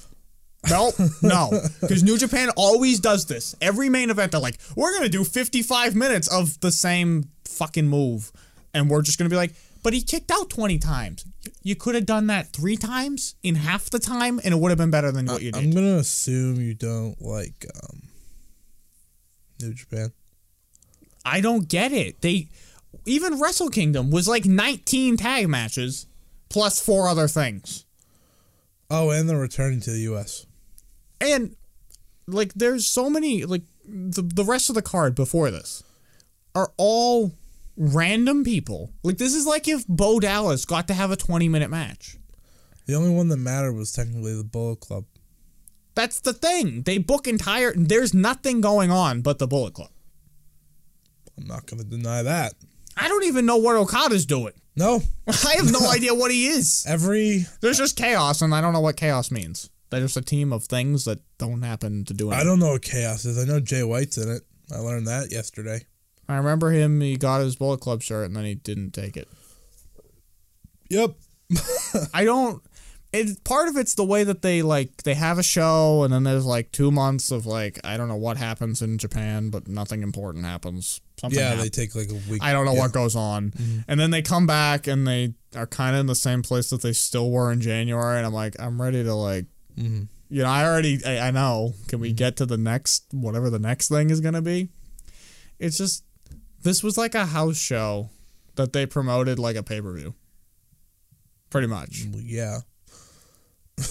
[SPEAKER 1] Nope, no, because New Japan always does this. Every main event, they're like, "We're gonna do 55 minutes of the same fucking move," and we're just gonna be like, "But he kicked out 20 times. You could have done that three times in half the time, and it would have been better than what you did."
[SPEAKER 2] i'm gonna assume you don't like um new japan
[SPEAKER 1] I don't get it. They even Wrestle Kingdom was like 19 tag matches plus four other things.
[SPEAKER 2] oh and they're returning to the us
[SPEAKER 1] And like there's so many like the the rest of the card before this are all random people. Like this is like if Bo Dallas got to have a 20 minute match.
[SPEAKER 2] The only one that mattered was technically the Bullet Club.
[SPEAKER 1] That's the thing. They book entire there's nothing going on but the Bullet Club.
[SPEAKER 2] I'm not going to deny that.
[SPEAKER 1] I don't even know what Okada's doing.
[SPEAKER 2] No,
[SPEAKER 1] I have no idea what he is.
[SPEAKER 2] every
[SPEAKER 1] There's just chaos and I don't know what chaos means. They're just a team of things that don't happen to do
[SPEAKER 2] I
[SPEAKER 1] anything.
[SPEAKER 2] don't know what chaos is. I know Jay White's in it. I learned that yesterday.
[SPEAKER 1] I, remember him. He got his Bullet Club shirt and then he didn't take it.
[SPEAKER 2] Yep.
[SPEAKER 1] I don't. It part of it's the way that they like they have a show and then there's like two months of like I don't know what happens in Japan, but nothing important happens. Something
[SPEAKER 2] yeah,
[SPEAKER 1] happens.
[SPEAKER 2] they take like a week.
[SPEAKER 1] I don't know
[SPEAKER 2] yeah.
[SPEAKER 1] what goes on. And then they come back and they are kind of in the same place that they still were in January. And I'm like, I'm ready to like,
[SPEAKER 2] Mhm.
[SPEAKER 1] you know, I already, I, I know. Can we get to the next, whatever the next thing is going to be? It's just, this was like a house show that they promoted like a pay per view. Pretty
[SPEAKER 2] Mm.
[SPEAKER 1] much.
[SPEAKER 2] Yeah.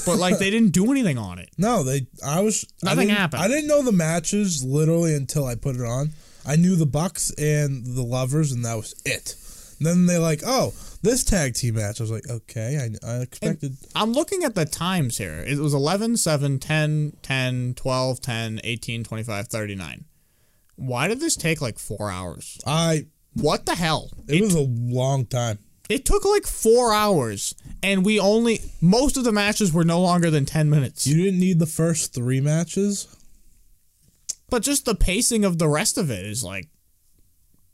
[SPEAKER 1] But like they didn't do anything on it.
[SPEAKER 2] No, they. I was. I
[SPEAKER 1] Nothing
[SPEAKER 2] didn't-
[SPEAKER 1] happened.
[SPEAKER 2] I didn't know the matches literally until I put it on. I knew the Bucks and the Lovers, and that was it. And then they like, oh, this tag team match. I was like, okay, I, I expected.
[SPEAKER 1] I'm looking at the times here. It was 11, 7, 10, 10, 12, 10, 18, 25, 39. Why did this take like four hours?
[SPEAKER 2] I.
[SPEAKER 1] What the hell?
[SPEAKER 2] It,
[SPEAKER 1] It,
[SPEAKER 2] was a long time.
[SPEAKER 1] it took like four hours, and we only most of the matches were no longer than ten minutes.
[SPEAKER 2] You didn't need the first three matches.
[SPEAKER 1] but just the pacing of the rest of it is like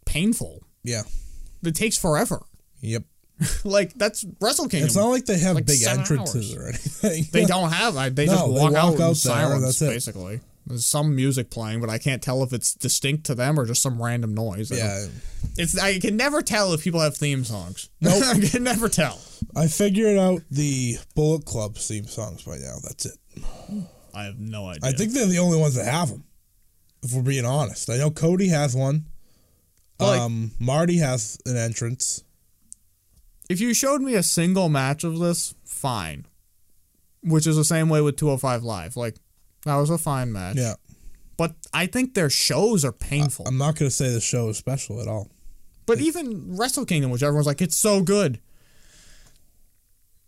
[SPEAKER 1] painful.
[SPEAKER 2] Yeah.
[SPEAKER 1] It takes forever.
[SPEAKER 2] Yep.
[SPEAKER 1] like that's Wrestle Kingdom.
[SPEAKER 2] It's not like they have
[SPEAKER 1] Like
[SPEAKER 2] big
[SPEAKER 1] seven
[SPEAKER 2] entrances
[SPEAKER 1] hours.
[SPEAKER 2] or anything.
[SPEAKER 1] they don't have. I, they
[SPEAKER 2] No,
[SPEAKER 1] just
[SPEAKER 2] they
[SPEAKER 1] walk,
[SPEAKER 2] walk
[SPEAKER 1] out,
[SPEAKER 2] out there,
[SPEAKER 1] in silence.
[SPEAKER 2] that's it.
[SPEAKER 1] Basically, there's some music playing, but I can't tell if it's distinct to them or just some random noise. I don't-
[SPEAKER 2] yeah.
[SPEAKER 1] it's I can never tell if people have theme songs.
[SPEAKER 2] Nope.
[SPEAKER 1] I can never tell.
[SPEAKER 2] I figured out the Bullet Club theme songs by now. That's it.
[SPEAKER 1] I have no idea.
[SPEAKER 2] I think they're the only ones that have them. If we're being honest, I know Cody has one.
[SPEAKER 1] Well, Oh, like-
[SPEAKER 2] um, Marty has an entrance.
[SPEAKER 1] if you showed me a single match of this, fine. Which is the same way with 205 Live. Like, that was a fine match.
[SPEAKER 2] Yeah, Uh,
[SPEAKER 1] But I think their shows are painful.
[SPEAKER 2] I'm not gonna say the show is special at all.
[SPEAKER 1] but even Wrestle Kingdom, which everyone's like, it's so good.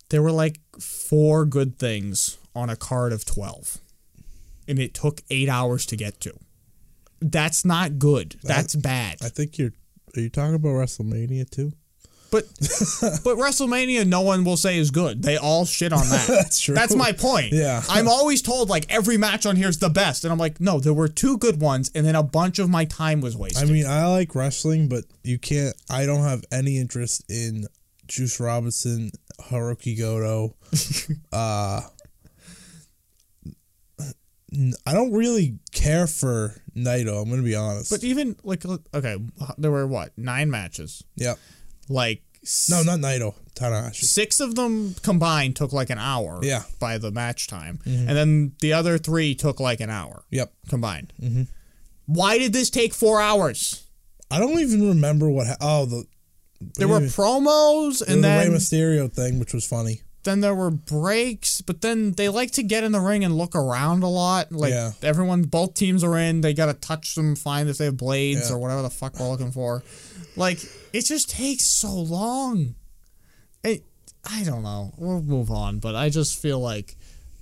[SPEAKER 1] There were like four good things on a card of 12. And it took eight hours to get to. That's not good. That's bad.
[SPEAKER 2] I think you're. Are you talking about WrestleMania too?
[SPEAKER 1] But but WrestleMania, no one will say is good. They all shit on that.
[SPEAKER 2] That's true.
[SPEAKER 1] That's my point.
[SPEAKER 2] Yeah.
[SPEAKER 1] I'm always told like every match on here is the best, and I'm like, no, there were two good ones, and then a bunch of my time was wasted.
[SPEAKER 2] I mean, I like wrestling, but you can't. I don't have any interest in Juice Robinson, Hiroki Goto. uh, n- I don't really care for Naito. I'm gonna be honest.
[SPEAKER 1] but even like uh, okay, there were what nine matches?
[SPEAKER 2] yeah,
[SPEAKER 1] Like s-
[SPEAKER 2] no, not Naito. Tanahashi.
[SPEAKER 1] six of them combined took like an hour.
[SPEAKER 2] Yeah. Mm-hmm.
[SPEAKER 1] by the match time, and then the other three took like an hour
[SPEAKER 2] Yep.
[SPEAKER 1] combined.
[SPEAKER 2] Mm-hmm.
[SPEAKER 1] Why did this take four hours?
[SPEAKER 2] I don't even remember what. Ha- oh, the
[SPEAKER 1] There were promos,
[SPEAKER 2] there was
[SPEAKER 1] and then
[SPEAKER 2] the Rey Mysterio thing, which was funny.
[SPEAKER 1] then there were breaks, but then they like to get in the ring and look around a lot. Like
[SPEAKER 2] Yeah.
[SPEAKER 1] everyone, both teams are in. They gotta touch them, find if they have blades
[SPEAKER 2] Yeah.
[SPEAKER 1] or whatever the fuck we're looking for. Like it just takes so long. It, I don't know. We'll move on, but I just feel like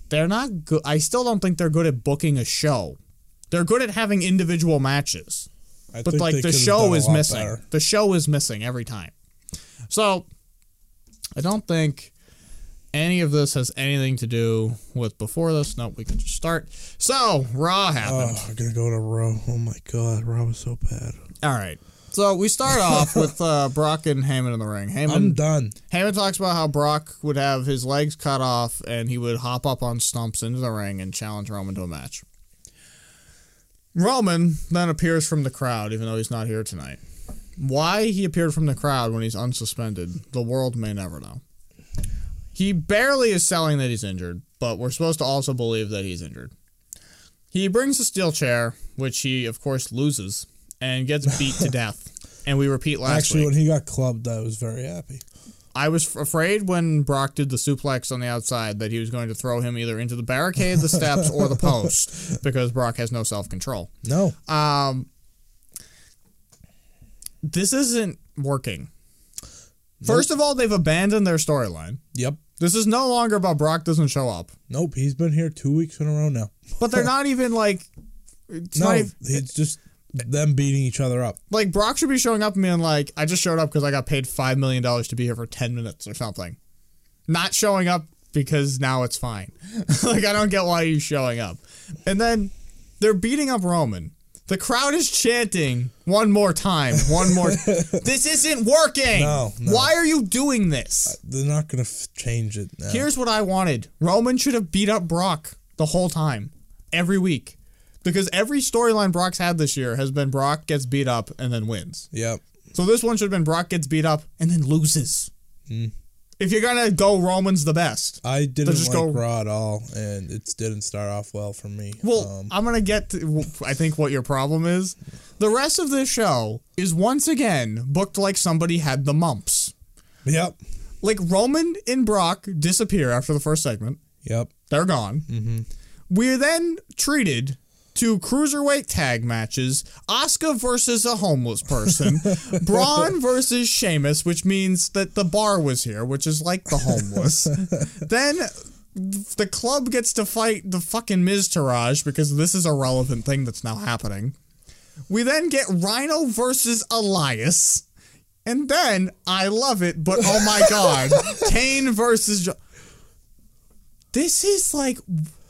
[SPEAKER 1] they're not good. I still don't think they're good at booking a show. They're good at having individual matches
[SPEAKER 2] I
[SPEAKER 1] but
[SPEAKER 2] think
[SPEAKER 1] like
[SPEAKER 2] they
[SPEAKER 1] the
[SPEAKER 2] could've
[SPEAKER 1] show
[SPEAKER 2] done a
[SPEAKER 1] is
[SPEAKER 2] lot
[SPEAKER 1] missing.
[SPEAKER 2] better.
[SPEAKER 1] The show is missing every time. So I don't think any of this has anything to do with before this. No, we can just start. So Raw happened.
[SPEAKER 2] Oh, I'm gonna go to Raw. Oh my God, Raw was so bad.
[SPEAKER 1] All right. So we start off with uh, Brock and Heyman in the ring.
[SPEAKER 2] I'm
[SPEAKER 1] Heyman
[SPEAKER 2] done.
[SPEAKER 1] Heyman talks about how Brock would have his legs cut off and he would hop up on stumps into the ring and challenge Roman to a match. Roman then appears from the crowd, even though he's not here tonight. Why he appeared from the crowd when he's unsuspended, the world may never know. He barely is selling that he's injured, but we're supposed to also believe that he's injured. He brings a steel chair, which he, of course, loses and gets beat to death. And we repeat last
[SPEAKER 2] Actually,
[SPEAKER 1] week.
[SPEAKER 2] when he got clubbed, I was very happy.
[SPEAKER 1] I was f- afraid when Brock did the suplex on the outside that he was going to throw him either into the barricade, the steps, or the post because Brock has no self control.
[SPEAKER 2] No,
[SPEAKER 1] Um, this isn't working. First of all, they've abandoned their storyline.
[SPEAKER 2] yep,
[SPEAKER 1] This is no longer about Brock doesn't show up,
[SPEAKER 2] nope. He's been here two weeks in a row now.
[SPEAKER 1] but they're not even like. It's
[SPEAKER 2] No,
[SPEAKER 1] not e-, even-
[SPEAKER 2] it's just them beating each other up.
[SPEAKER 1] like Brock should be showing up and being like, I just showed up because I got paid five million dollars to be here for ten minutes or something. Not showing up because now it's fine. like I don't get why he's showing up. And then they're beating up Roman. The crowd is chanting one more time, one more. this isn't working.
[SPEAKER 2] No, no.
[SPEAKER 1] Why are you doing this?
[SPEAKER 2] They're not gonna f- change it now.
[SPEAKER 1] Here's what I wanted. Roman should have beat up Brock the whole time, every week. Because every storyline Brock's had this year has been Brock gets beat up and then wins.
[SPEAKER 2] Yep.
[SPEAKER 1] So this one should have been Brock gets beat up and then loses. If you're gonna go Roman's the best.
[SPEAKER 2] I didn't
[SPEAKER 1] just
[SPEAKER 2] like
[SPEAKER 1] go-
[SPEAKER 2] Raw at all, and it didn't start off well for me. Um,
[SPEAKER 1] Well, I'm gonna get. To, w- I think what your problem is. The rest of this show is once again booked like somebody had the mumps.
[SPEAKER 2] yep,
[SPEAKER 1] Like Roman and Brock disappear after the first segment.
[SPEAKER 2] yep,
[SPEAKER 1] They're gone. We're then treated to cruiserweight tag matches: Oscar versus a homeless person, Braun versus Sheamus, which means that the bar was here, which is like the homeless. then the club gets to fight the fucking Miz Taraj because this is a relevant thing that's now happening. We then get Rhino versus Elias. And then I love it, but oh my god, Kane versus. Jo- this is like,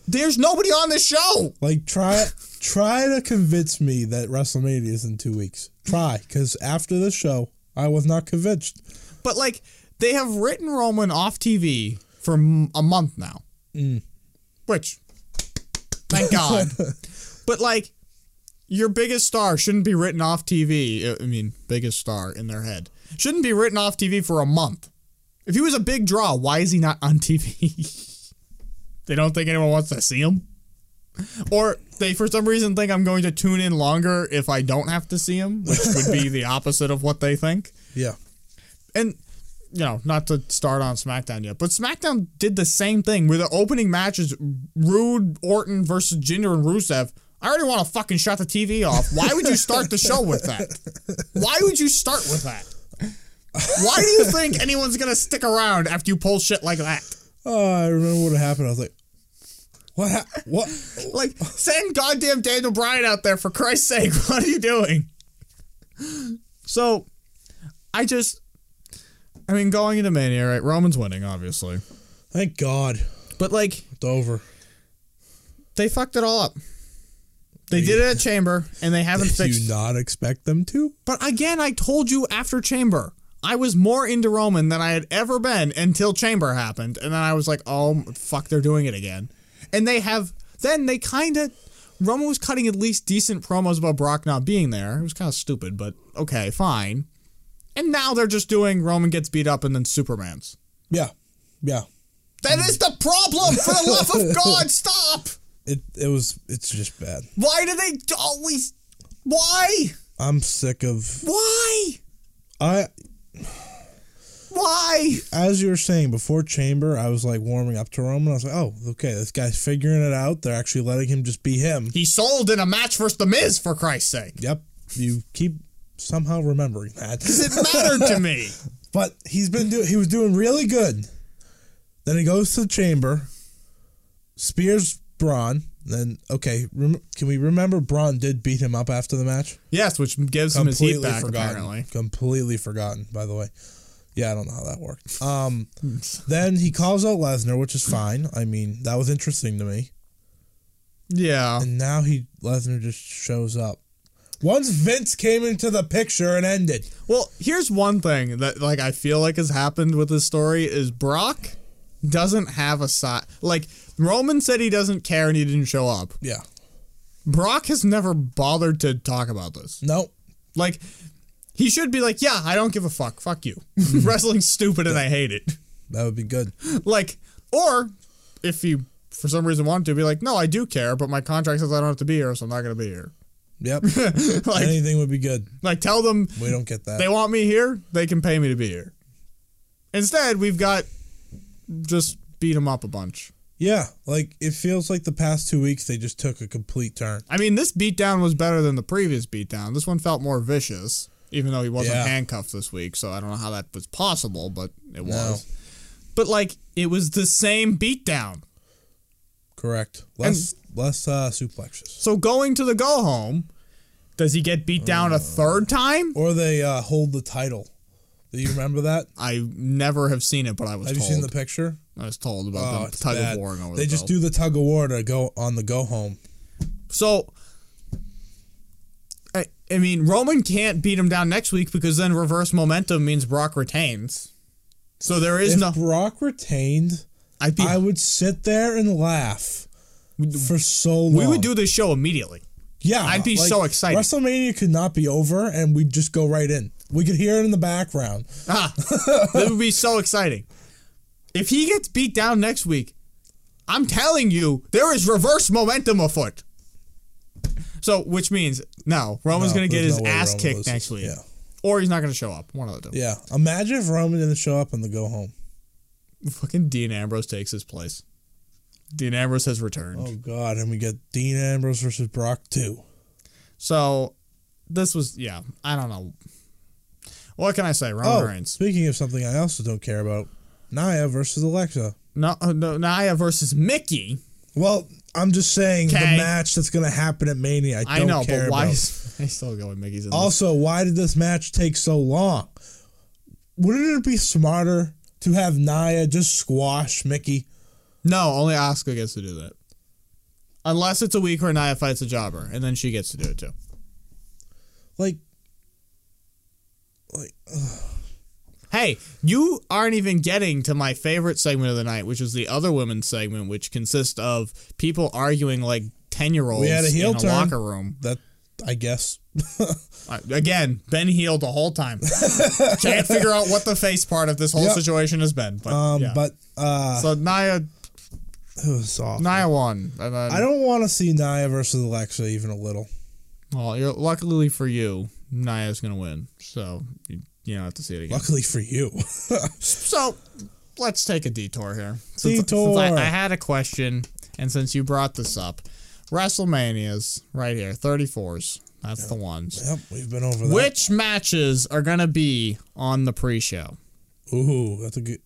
[SPEAKER 1] there's nobody on the show.
[SPEAKER 2] like try try to convince me that WrestleMania is in two weeks. Try, because after this show, I was not convinced.
[SPEAKER 1] But like, they have written Roman off TV for m- a month now, which, thank God. but like, your biggest star shouldn't be written off TV. I- I mean, biggest star in their head shouldn't be written off TV for a month. If he was a big draw, why is he not on TV? they don't think anyone wants to see him. Or they, for some reason, think I'm going to tune in longer if I don't have to see him, which would be the opposite of what they think
[SPEAKER 2] Yeah,
[SPEAKER 1] and you know, not to start on SmackDown yet, but SmackDown did the same thing where the opening match is Rude Orton versus Jinder and Rusev. I already want to fucking shut the TV off. Why would you start the show with that? Why would you start with that? Why do you think anyone's gonna stick around after you pull shit like that?
[SPEAKER 2] oh, I remember what happened. I was like, what? hap what?
[SPEAKER 1] Like, send goddamn Daniel Bryan out there for Christ's sake. What are you doing? So, I just, I mean, going into Mania, right? Roman's winning, obviously,
[SPEAKER 2] Thank God,
[SPEAKER 1] but like,
[SPEAKER 2] it's over.
[SPEAKER 1] they fucked it all up. They did it at Chamber, and they haven't
[SPEAKER 2] Did
[SPEAKER 1] fixed.
[SPEAKER 2] you not expect them to?
[SPEAKER 1] But again, I told you after Chamber, I was more into Roman than I had ever been until Chamber happened, and then I was like, "Oh fuck, they're doing it again." And they have. Then they kind of. Roman was cutting at least decent promos about Brock not being there. It was kind of stupid, but okay, fine. And now they're just doing Roman gets beat up and then Superman's.
[SPEAKER 2] Yeah, yeah.
[SPEAKER 1] That is the problem. For the love of God, stop!
[SPEAKER 2] It it was it's just bad.
[SPEAKER 1] Why do they always? Why?
[SPEAKER 2] I'm sick of
[SPEAKER 1] Why?
[SPEAKER 2] I
[SPEAKER 1] Why?
[SPEAKER 2] as you were saying before chamber, I was like warming up to Roman. I was like, oh, okay, this guy's figuring it out. They're actually letting him just be him.
[SPEAKER 1] He sold in a match versus The Miz, for Christ's sake.
[SPEAKER 2] Yep, you keep somehow remembering that.
[SPEAKER 1] It mattered to me.
[SPEAKER 2] But he's been doing. He was doing really good. Then he goes to the chamber, spears Braun. Then okay, rem- can we remember Braun did beat him up after the match?
[SPEAKER 1] Yes, which gives him his heat
[SPEAKER 2] Completely
[SPEAKER 1] back,
[SPEAKER 2] forgotten.
[SPEAKER 1] apparently.
[SPEAKER 2] Completely forgotten. By the way. Yeah, I don't know how that worked. Um, then he calls out Lesnar, which is fine. I mean, that was interesting to me.
[SPEAKER 1] Yeah.
[SPEAKER 2] And now he Lesnar just shows up. Once Vince came into the picture and ended.
[SPEAKER 1] Well, here's one thing that like I feel like has happened with this story is Brock doesn't have a side. Like Roman said he doesn't care and he didn't show up.
[SPEAKER 2] Yeah.
[SPEAKER 1] Brock has never bothered to talk about this.
[SPEAKER 2] No.
[SPEAKER 1] Like he should be like, "Yeah, I don't give a fuck. Fuck you. Wrestling's stupid and I hate it."
[SPEAKER 2] That would be good.
[SPEAKER 1] like or if you for some reason wanted to be like no i do care but my contract says i don't have to be here so i'm not going to be here
[SPEAKER 2] Yep.
[SPEAKER 1] like
[SPEAKER 2] Anything would be good.
[SPEAKER 1] like tell them
[SPEAKER 2] We don't get that.
[SPEAKER 1] they want me here they can pay me to be here instead we've got just beat them up a bunch
[SPEAKER 2] yeah. Like it feels like the past two weeks they just took a complete turn.
[SPEAKER 1] i mean this beatdown was better than the previous beatdown this one felt more vicious even though he wasn't
[SPEAKER 2] Yeah.
[SPEAKER 1] handcuffed this week so i don't know how that was possible but it was
[SPEAKER 2] No.
[SPEAKER 1] but like it was the same beatdown
[SPEAKER 2] Correct. Less less uh suplexes.
[SPEAKER 1] So going to the go
[SPEAKER 2] Uh.
[SPEAKER 1] home, does he get beat down a third time?
[SPEAKER 2] Or they uh hold the title. They Do you remember that?
[SPEAKER 1] I never have seen it, but I was
[SPEAKER 2] Have you
[SPEAKER 1] told.
[SPEAKER 2] seen the picture?
[SPEAKER 1] I was told about
[SPEAKER 2] Oh,
[SPEAKER 1] the
[SPEAKER 2] it's
[SPEAKER 1] tug
[SPEAKER 2] bad.
[SPEAKER 1] of warring over
[SPEAKER 2] They
[SPEAKER 1] the
[SPEAKER 2] just
[SPEAKER 1] belt.
[SPEAKER 2] do the tug of war to go on the go home.
[SPEAKER 1] So, I, I mean, Roman can't beat him down next week because then reverse momentum means Brock retains. So there is
[SPEAKER 2] if
[SPEAKER 1] no.
[SPEAKER 2] Brock retained,
[SPEAKER 1] I'd be,
[SPEAKER 2] I would sit there and laugh for so long.
[SPEAKER 1] we would do this show immediately.
[SPEAKER 2] Yeah,
[SPEAKER 1] I'd be so excited.
[SPEAKER 2] WrestleMania could not be over, and we'd just go right in. We could hear it in the background.
[SPEAKER 1] Ah, that would be so exciting. If he gets beat down next week, I'm telling you, there is reverse momentum afoot. So, which means no, Roman's
[SPEAKER 2] No,
[SPEAKER 1] gonna get
[SPEAKER 2] there's
[SPEAKER 1] his
[SPEAKER 2] no way
[SPEAKER 1] ass
[SPEAKER 2] Roman
[SPEAKER 1] kicked
[SPEAKER 2] loses.
[SPEAKER 1] next week,
[SPEAKER 2] Yeah.
[SPEAKER 1] or he's not gonna show up. One of the two.
[SPEAKER 2] Yeah, imagine if Roman didn't show up on the go home.
[SPEAKER 1] Fucking Dean Ambrose takes his place. Dean Ambrose has returned.
[SPEAKER 2] Oh God, and we get Dean Ambrose versus Brock too.
[SPEAKER 1] So this was yeah, I don't know. What can I say? Roman
[SPEAKER 2] Oh,
[SPEAKER 1] Reigns.
[SPEAKER 2] speaking of something I also don't care about, Nia versus Alexa.
[SPEAKER 1] No, uh, no, Naya versus Mickey.
[SPEAKER 2] Well, I'm just saying the
[SPEAKER 1] Okay.
[SPEAKER 2] match that's going to happen at Mania. I don't
[SPEAKER 1] I know,
[SPEAKER 2] care
[SPEAKER 1] but why
[SPEAKER 2] about.
[SPEAKER 1] is I still go with Mickey's in this.
[SPEAKER 2] Also, why did this match take so long? Wouldn't it be smarter to have Nia just squash Mickey?
[SPEAKER 1] No, only Asuka gets to do that. Unless it's a week where Nia fights a jobber, and then she gets to do it too.
[SPEAKER 2] Like,
[SPEAKER 1] Hey, you aren't even getting to my favorite segment of the night, which is the other women's segment, which consists of people arguing like ten year olds
[SPEAKER 2] We had a heel
[SPEAKER 1] in a
[SPEAKER 2] turn.
[SPEAKER 1] locker room.
[SPEAKER 2] that, I guess.
[SPEAKER 1] Uh, Again, been healed the whole time. Can't figure out what the face part of this whole
[SPEAKER 2] Yep.
[SPEAKER 1] situation has been. But,
[SPEAKER 2] Um,
[SPEAKER 1] yeah.
[SPEAKER 2] But uh,
[SPEAKER 1] so Nia,
[SPEAKER 2] it was awful.
[SPEAKER 1] Nia won. And then,
[SPEAKER 2] I don't want to see Nia versus Alexa even a little.
[SPEAKER 1] well, you're, luckily for you, Nia's gonna win. So you, you don't have to see it again.
[SPEAKER 2] Luckily for you.
[SPEAKER 1] So let's take a detour here. Since,
[SPEAKER 2] Detour.
[SPEAKER 1] since I, I had a question, and since you brought this up, WrestleManias right here, 34s. That's the ones.
[SPEAKER 2] yep, we've been over that.
[SPEAKER 1] Which matches are going to be on the pre show?
[SPEAKER 2] Ooh, that's a good.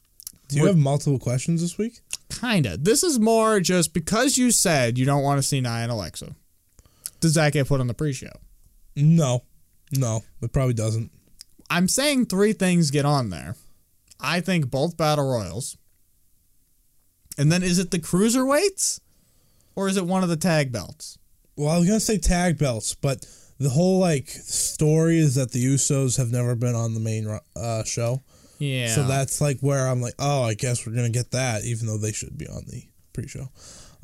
[SPEAKER 2] Do you
[SPEAKER 1] What-
[SPEAKER 2] have multiple questions this week?
[SPEAKER 1] Kinda. This is more just because you said you don't want to see Nia and Alexa. Does that get put on the pre-show?
[SPEAKER 2] No, no, it probably doesn't.
[SPEAKER 1] I'm saying three things get on there. I think both battle royals. And then is it the cruiserweights, or is it one of the tag belts?
[SPEAKER 2] Well, I was gonna say tag belts, but the whole like story is that the Usos have never been on the main ro- uh, show,
[SPEAKER 1] Yeah.
[SPEAKER 2] so that's like where I'm like, oh, I guess we're gonna get that, even though they should be on the pre-show.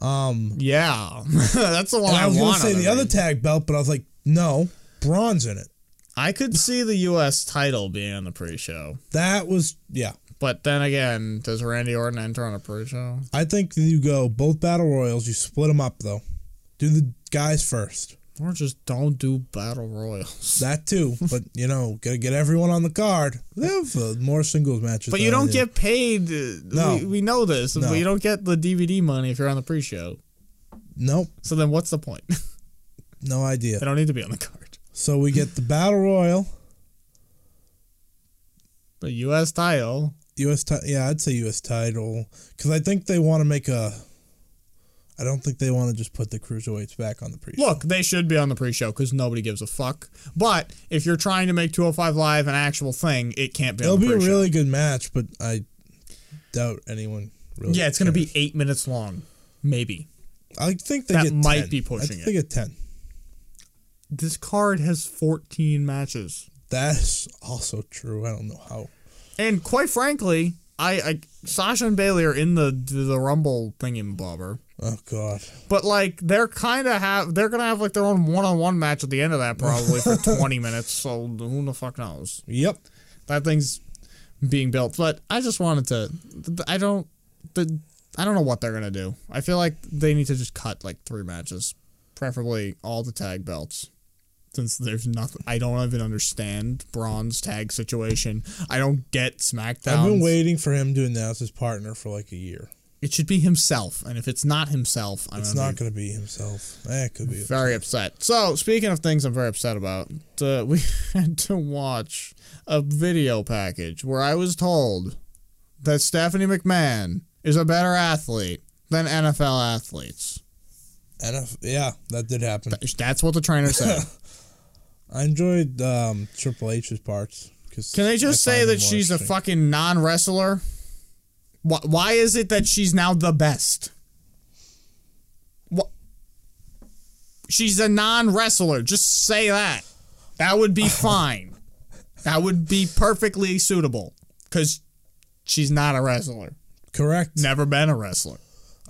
[SPEAKER 2] Um,
[SPEAKER 1] yeah, that's the one Oh,
[SPEAKER 2] and
[SPEAKER 1] I,
[SPEAKER 2] I was gonna
[SPEAKER 1] want
[SPEAKER 2] say
[SPEAKER 1] on
[SPEAKER 2] the other
[SPEAKER 1] ring.
[SPEAKER 2] tag belt, but I was like, no, Braun's in it.
[SPEAKER 1] I could see the U.S. title being on the pre-show,
[SPEAKER 2] That was yeah.
[SPEAKER 1] but then again, does Randy Orton enter on a pre-show?
[SPEAKER 2] I think that you go both battle royals. You split them up though. Do the guys first.
[SPEAKER 1] Or just don't do battle royals?
[SPEAKER 2] That too, but you know, gotta get everyone on the card. They have uh, more singles matches.
[SPEAKER 1] But
[SPEAKER 2] than
[SPEAKER 1] you
[SPEAKER 2] I
[SPEAKER 1] don't
[SPEAKER 2] do.
[SPEAKER 1] get paid. uh,
[SPEAKER 2] No.
[SPEAKER 1] We, we know this.
[SPEAKER 2] No.
[SPEAKER 1] But you don't get the DVD money if you're on the pre-show.
[SPEAKER 2] nope,
[SPEAKER 1] So then what's the point? they
[SPEAKER 2] no idea.
[SPEAKER 1] don't need to be on the card.
[SPEAKER 2] So we get the battle royal,
[SPEAKER 1] The U.S. title.
[SPEAKER 2] U.S. Ti- yeah, I'd say U.S. title because I think they want to make a. I don't think they want to just put the cruiserweights back on the pre.
[SPEAKER 1] Look, they should be on the pre-show because nobody gives a fuck. But if you're trying to make 205 Live an actual thing, it can't be
[SPEAKER 2] it'll
[SPEAKER 1] on the
[SPEAKER 2] be a
[SPEAKER 1] pre-show.
[SPEAKER 2] really good match, but I doubt anyone. really
[SPEAKER 1] yeah, it's going to
[SPEAKER 2] cares.
[SPEAKER 1] be eight minutes long, maybe.
[SPEAKER 2] I think they
[SPEAKER 1] that
[SPEAKER 2] get
[SPEAKER 1] might
[SPEAKER 2] 10.
[SPEAKER 1] be pushing
[SPEAKER 2] I think
[SPEAKER 1] it.
[SPEAKER 2] They get ten.
[SPEAKER 1] This card has 14 matches.
[SPEAKER 2] That's also true. I don't know how.
[SPEAKER 1] And quite frankly, I, I Sasha and Bailey are in the the, the Rumble thingy blubber.
[SPEAKER 2] Oh God.
[SPEAKER 1] But like they're kind of have they're gonna have like their own one on one match at the end of that probably for twenty minutes. So who the fuck knows?
[SPEAKER 2] Yep.
[SPEAKER 1] That thing's being built. But I just wanted to. th- I don't. The I don't know what they're gonna do. I feel like they need to just cut like three matches, preferably all the tag belts. Since there's nothing, I don't even understand Braun's tag situation. I don't get SmackDown.
[SPEAKER 2] I've been waiting for him to announce his partner for like a year.
[SPEAKER 1] It should be himself, and if it's not himself, I'm
[SPEAKER 2] It's
[SPEAKER 1] gonna be
[SPEAKER 2] not going to be himself. Eh, it could be.
[SPEAKER 1] very upset. So, speaking of things I'm very upset about, uh, we had to watch a video package where I was told that Stephanie McMahon is a better athlete than NFL athletes.
[SPEAKER 2] And if, yeah, that did happen.
[SPEAKER 1] That's what the trainer said.
[SPEAKER 2] I enjoyed um, Triple H's parts. because
[SPEAKER 1] Can they just say that she's a fucking non wrestler? Why, why is it that she's now the best? What? She's a non wrestler. Just say that. That would be fine. That would be perfectly suitable because she's not a wrestler.
[SPEAKER 2] correct?
[SPEAKER 1] Never been a wrestler.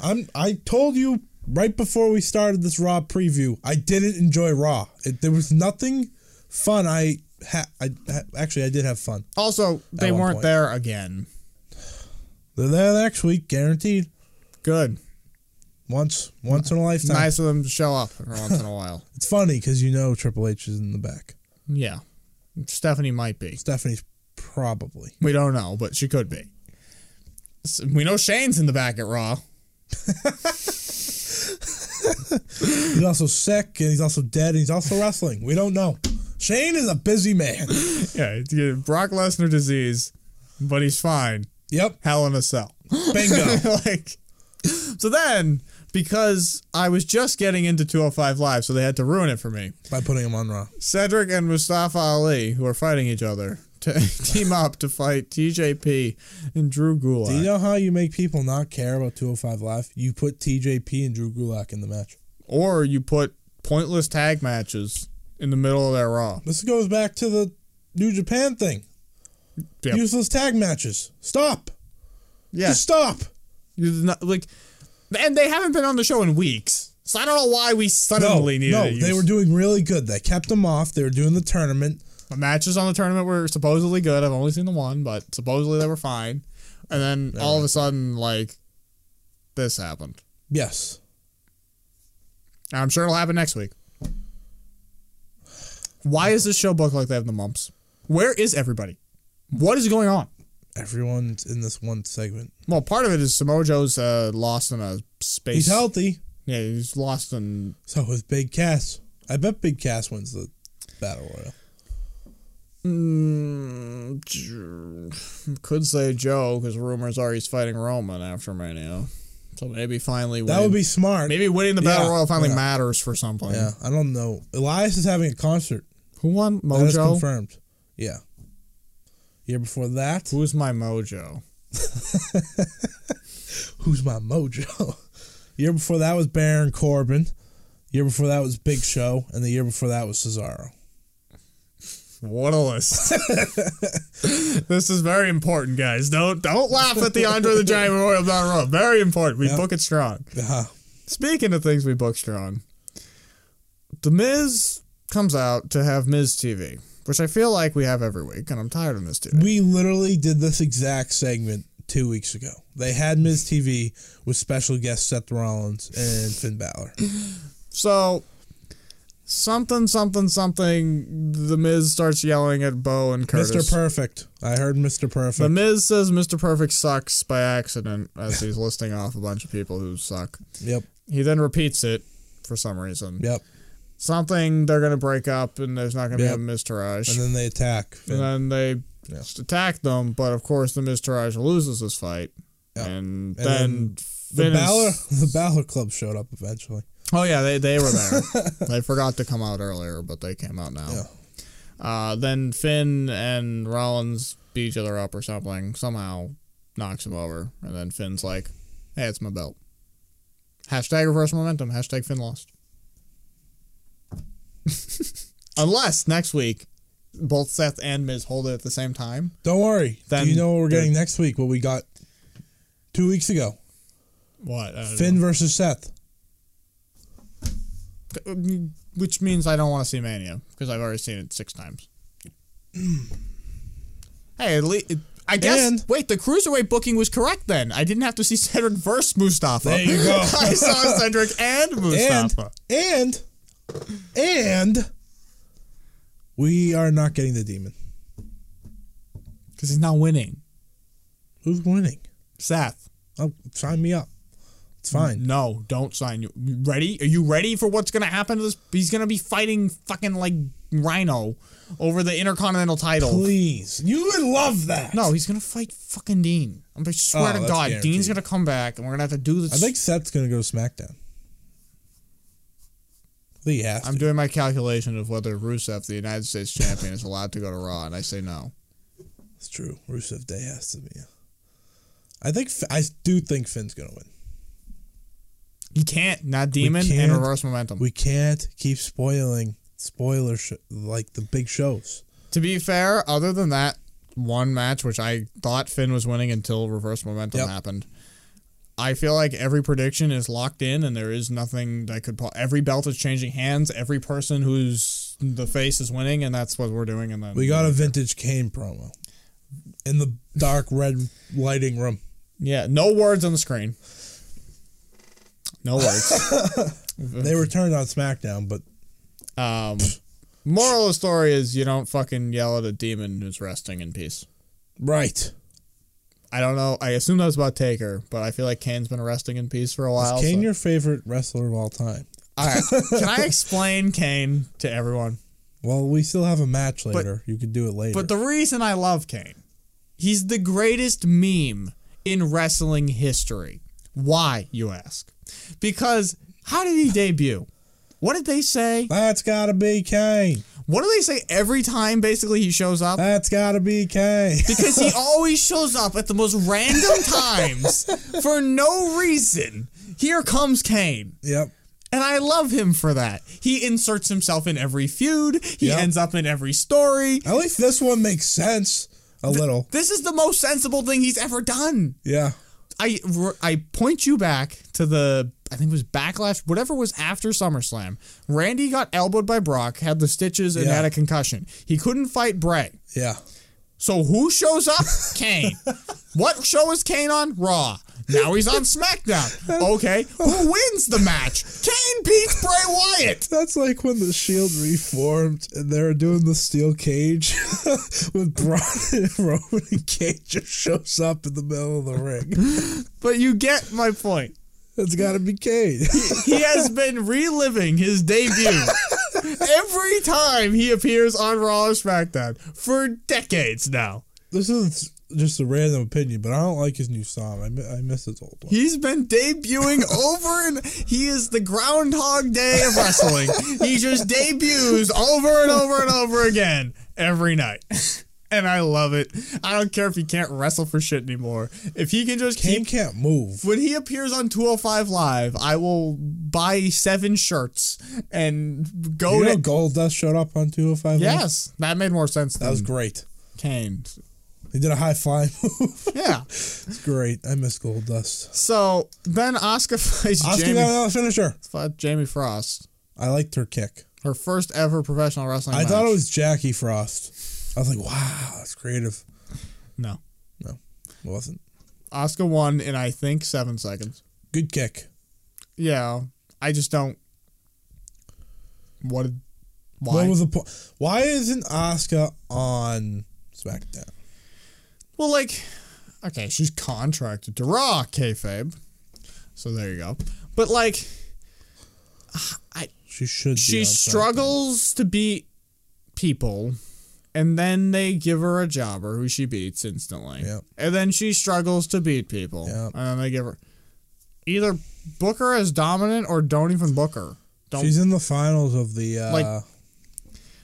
[SPEAKER 2] I'm. I told you right before we started this Raw preview. I didn't enjoy Raw. It, there was nothing fun. I ha, I ha, actually I did have fun.
[SPEAKER 1] Also, they
[SPEAKER 2] At one
[SPEAKER 1] weren't
[SPEAKER 2] point.
[SPEAKER 1] there again.
[SPEAKER 2] They're there next week, guaranteed.
[SPEAKER 1] Good.
[SPEAKER 2] Once, once in a lifetime.
[SPEAKER 1] Nice of them to show up every once in a while.
[SPEAKER 2] It's funny because you know Triple H is in the back.
[SPEAKER 1] Yeah. Stephanie might be.
[SPEAKER 2] Stephanie's probably.
[SPEAKER 1] We don't know, but she could be. S- We know Shane's in the back at Raw.
[SPEAKER 2] He's also sick and he's also dead and he's also wrestling. We don't know. Shane is a busy man.
[SPEAKER 1] Yeah, it's, yeah, Brock Lesnar disease, but he's fine.
[SPEAKER 2] Yep.
[SPEAKER 1] Hell in a cell.
[SPEAKER 2] Bingo.
[SPEAKER 1] like, so then, because I was just getting into 205 Live, so they had to ruin it for me.
[SPEAKER 2] By putting him on Raw.
[SPEAKER 1] Cedric and Mustafa Ali, who are fighting each other, to team up to fight TJP and Drew Gulak.
[SPEAKER 2] Do you know how you make people not care about 205 Live? You put TJP and Drew Gulak in the match.
[SPEAKER 1] or you put pointless tag matches in the middle of their Raw.
[SPEAKER 2] This goes back to the New Japan thing.
[SPEAKER 1] Yep.
[SPEAKER 2] Useless tag matches. Stop.
[SPEAKER 1] Yeah.
[SPEAKER 2] Just stop.
[SPEAKER 1] You're not- like, and they haven't been on the show in weeks, so I don't know why we
[SPEAKER 2] No,
[SPEAKER 1] suddenly needed.
[SPEAKER 2] no,
[SPEAKER 1] to
[SPEAKER 2] they
[SPEAKER 1] use-
[SPEAKER 2] were doing really good. They kept them off. They were doing the tournament.
[SPEAKER 1] the matches on the tournament were supposedly good. I've only seen the one, but supposedly they were fine. And then all of a sudden, like, this happened.
[SPEAKER 2] Yes.
[SPEAKER 1] And I'm sure it'll happen next week. Why is this show booked like they have the mumps? Where is everybody? What is going on?
[SPEAKER 2] Everyone's in this one segment.
[SPEAKER 1] Well, part of it is Samojo's uh, lost in a space.
[SPEAKER 2] He's healthy.
[SPEAKER 1] Yeah, he's lost in
[SPEAKER 2] So is Big Cass. I bet Big Cass wins the battle royal.
[SPEAKER 1] Mm, J- could say Joe because rumors are he's fighting Roman after Mania, so maybe finally
[SPEAKER 2] That
[SPEAKER 1] winning-
[SPEAKER 2] would be smart.
[SPEAKER 1] maybe winning the battle
[SPEAKER 2] Yeah,
[SPEAKER 1] royal finally
[SPEAKER 2] yeah.
[SPEAKER 1] matters for something.
[SPEAKER 2] Yeah, I don't know. Elias is having a concert.
[SPEAKER 1] Who won
[SPEAKER 2] That is
[SPEAKER 1] Mojo?
[SPEAKER 2] confirmed. Yeah. Year before that,
[SPEAKER 1] Who's my Mojo?
[SPEAKER 2] who's my mojo? year before that was Baron Corbin. Year before that was Big Show, and the year before that was Cesaro.
[SPEAKER 1] What a list! this is very important, guys. Don't don't laugh at the Andre the Giant Memorial Battle Royal. Very important. We book it strong.
[SPEAKER 2] Uh-huh.
[SPEAKER 1] Speaking of things we book strong, The Miz comes out to have Miz TV, which I feel like we have every week, and I'm tired of Miz TV.
[SPEAKER 2] We literally did this exact segment two weeks ago. They had Ms. TV with special guest Seth Rollins and Finn Balor.
[SPEAKER 1] So something, something, something. The Miz starts yelling at Bo and Curtis.
[SPEAKER 2] Mr. Perfect. I heard Mr. Perfect.
[SPEAKER 1] the Miz says Mr. Perfect sucks by accident as he's listing off a bunch of people who suck.
[SPEAKER 2] Yep.
[SPEAKER 1] He then repeats it for some reason.
[SPEAKER 2] Yep.
[SPEAKER 1] Something they're gonna break up and there's not gonna
[SPEAKER 2] Yep.
[SPEAKER 1] be a Miz Taraj.
[SPEAKER 2] And then they attack. Finn.
[SPEAKER 1] And then they
[SPEAKER 2] Yeah.
[SPEAKER 1] just attack them, but of course the Miz Taraj loses this fight.
[SPEAKER 2] Yeah.
[SPEAKER 1] And,
[SPEAKER 2] And
[SPEAKER 1] then,
[SPEAKER 2] then
[SPEAKER 1] Finn
[SPEAKER 2] the
[SPEAKER 1] is-
[SPEAKER 2] Balor, the Balor Club showed up eventually.
[SPEAKER 1] Oh yeah, they, they were there. they forgot to come out earlier, but they came out now.
[SPEAKER 2] Yeah.
[SPEAKER 1] Uh, then Finn and Rollins beat each other up or something. Somehow knocks him over, and then Finn's like, "Hey, it's my belt." Hashtag reverse momentum. Hashtag Finn lost. Unless next week, both Seth and Miz hold it at the same time.
[SPEAKER 2] Don't worry.
[SPEAKER 1] Then
[SPEAKER 2] Do you know what we're
[SPEAKER 1] they're-
[SPEAKER 2] getting next week? What we got two weeks ago?
[SPEAKER 1] What? I don't
[SPEAKER 2] Finn versus Seth.
[SPEAKER 1] know. mm, Which means I don't want to see Mania because I've already seen it six times. hey, at least. I guess.
[SPEAKER 2] And-
[SPEAKER 1] wait, the cruiserweight booking was correct then. I didn't have to see Cedric versus Mustafa.
[SPEAKER 2] There you go.
[SPEAKER 1] I saw Cedric and Mustafa.
[SPEAKER 2] And and and we are not getting the demon.
[SPEAKER 1] Because he's not winning.
[SPEAKER 2] Who's winning?
[SPEAKER 1] Seth,
[SPEAKER 2] Oh, sign me up. It's fine.
[SPEAKER 1] no, don't sign you. you. Ready? Are you ready for what's gonna happen to this? He's gonna be fighting fucking like Rhino over the Intercontinental title.
[SPEAKER 2] Please, you would love that.
[SPEAKER 1] No, he's gonna fight fucking Dean. I'm I swear
[SPEAKER 2] Oh,
[SPEAKER 1] to
[SPEAKER 2] that's
[SPEAKER 1] God, Dean's
[SPEAKER 2] guaranteed.
[SPEAKER 1] gonna come back, and we're gonna have to do this.
[SPEAKER 2] I think Seth's gonna go to SmackDown. I think he has
[SPEAKER 1] I'm
[SPEAKER 2] to.
[SPEAKER 1] doing my calculation of whether Rusev, the United States champion, is allowed to go to Raw, and I say no.
[SPEAKER 2] It's true. Rusev Day has to be. I think Fi- I do think Finn's gonna win.
[SPEAKER 1] You can't not demon and
[SPEAKER 2] can't.
[SPEAKER 1] reverse momentum.
[SPEAKER 2] We can't keep spoiling spoiler sh- like the big shows.
[SPEAKER 1] to be fair, other than that one match, which I thought Finn was winning until reverse momentum
[SPEAKER 2] Yep.
[SPEAKER 1] happened, I feel like every prediction is locked in, and there is nothing that could. Po- every belt is changing hands. Every person who's the face is winning, and that's what we're doing. And then
[SPEAKER 2] We got a vintage Kane promo in the dark red lighting room.
[SPEAKER 1] yeah, no words on the screen. No words.
[SPEAKER 2] They returned on SmackDown, but
[SPEAKER 1] um, moral of the story is you don't fucking yell at a demon who's resting in peace.
[SPEAKER 2] right.
[SPEAKER 1] I don't know. I assume that was about Taker, but I feel like Kane's been resting in peace for a while.
[SPEAKER 2] Is Kane
[SPEAKER 1] so-
[SPEAKER 2] your favorite wrestler of all time?
[SPEAKER 1] All right. Can I explain Kane to everyone?
[SPEAKER 2] Well, we still have a match later. you could do it later.
[SPEAKER 1] But the reason I love Kane, he's the greatest meme in wrestling history. Why, you ask? Because how did he debut? What did they say?
[SPEAKER 2] That's gotta be Kane.
[SPEAKER 1] What do they say every time basically he shows up?
[SPEAKER 2] That's gotta be Kane.
[SPEAKER 1] Because he always shows up at the most random times for no reason. Here comes Kane.
[SPEAKER 2] yep.
[SPEAKER 1] And I love him for that. He inserts himself in every feud. He
[SPEAKER 2] Yeah.
[SPEAKER 1] ends up in every story.
[SPEAKER 2] At least this one makes sense a little.
[SPEAKER 1] This is the most sensible thing he's ever done.
[SPEAKER 2] Yeah.
[SPEAKER 1] I, I point you back to the, I think it was Backlash, whatever was after SummerSlam. Randy got elbowed by Brock, had the stitches, and
[SPEAKER 2] Yeah.
[SPEAKER 1] had a concussion. He couldn't fight Bray.
[SPEAKER 2] Yeah.
[SPEAKER 1] So who shows up? Kane. what show is Kane on? Raw. Now he's on SmackDown. Okay. Who wins the match? Kane beats Bray Wyatt.
[SPEAKER 2] That's like when the Shield reformed and they were doing the steel cage with Braun and Roman and Cage just shows up in the middle of the ring.
[SPEAKER 1] But you get my point.
[SPEAKER 2] That's gotta be Kane.
[SPEAKER 1] he has been reliving his debut every time he appears on Raw or SmackDown for decades now.
[SPEAKER 2] this is just a random opinion, but I don't like his new song. I, mi- I miss his old one.
[SPEAKER 1] He's been debuting over and he is the Groundhog Day of wrestling. he just debuts over and over and over again every night. And I love it. I don't care if he can't wrestle for shit anymore. If he can just
[SPEAKER 2] Kane
[SPEAKER 1] keep
[SPEAKER 2] can't move.
[SPEAKER 1] when he appears on 205 Live, I will buy seven shirts and go
[SPEAKER 2] You
[SPEAKER 1] to
[SPEAKER 2] know, Goldust showed up on 205. Live?
[SPEAKER 1] Yes, that made more sense
[SPEAKER 2] That
[SPEAKER 1] than
[SPEAKER 2] was great.
[SPEAKER 1] Kane.
[SPEAKER 2] He did a high flying move.
[SPEAKER 1] Yeah.
[SPEAKER 2] it's great. I miss Goldust.
[SPEAKER 1] So then Oscar fights
[SPEAKER 2] Oscar got
[SPEAKER 1] Jamie,
[SPEAKER 2] another finisher.
[SPEAKER 1] fought Jamie Frost,
[SPEAKER 2] I liked her kick.
[SPEAKER 1] her first ever professional wrestling.
[SPEAKER 2] I
[SPEAKER 1] match.
[SPEAKER 2] thought it was Jackie Frost. I was like, wow, that's creative.
[SPEAKER 1] no.
[SPEAKER 2] No, it wasn't.
[SPEAKER 1] Oscar won in I think seven seconds.
[SPEAKER 2] Good kick.
[SPEAKER 1] Yeah, I just don't. What? did- Why?
[SPEAKER 2] What was the point? Why isn't Oscar on SmackDown?
[SPEAKER 1] well, like, okay, she's contracted to Raw kayfabe, so there you go. But like, I
[SPEAKER 2] She should. Be
[SPEAKER 1] she
[SPEAKER 2] on
[SPEAKER 1] struggles to beat people and then they give her a jobber who she beats instantly
[SPEAKER 2] Yep.
[SPEAKER 1] and then she struggles to beat people
[SPEAKER 2] Yep.
[SPEAKER 1] and then they give her either book her as dominant or don't even book her
[SPEAKER 2] SmackDown.
[SPEAKER 1] don't
[SPEAKER 2] She's in the finals of the. Uh,
[SPEAKER 1] Like-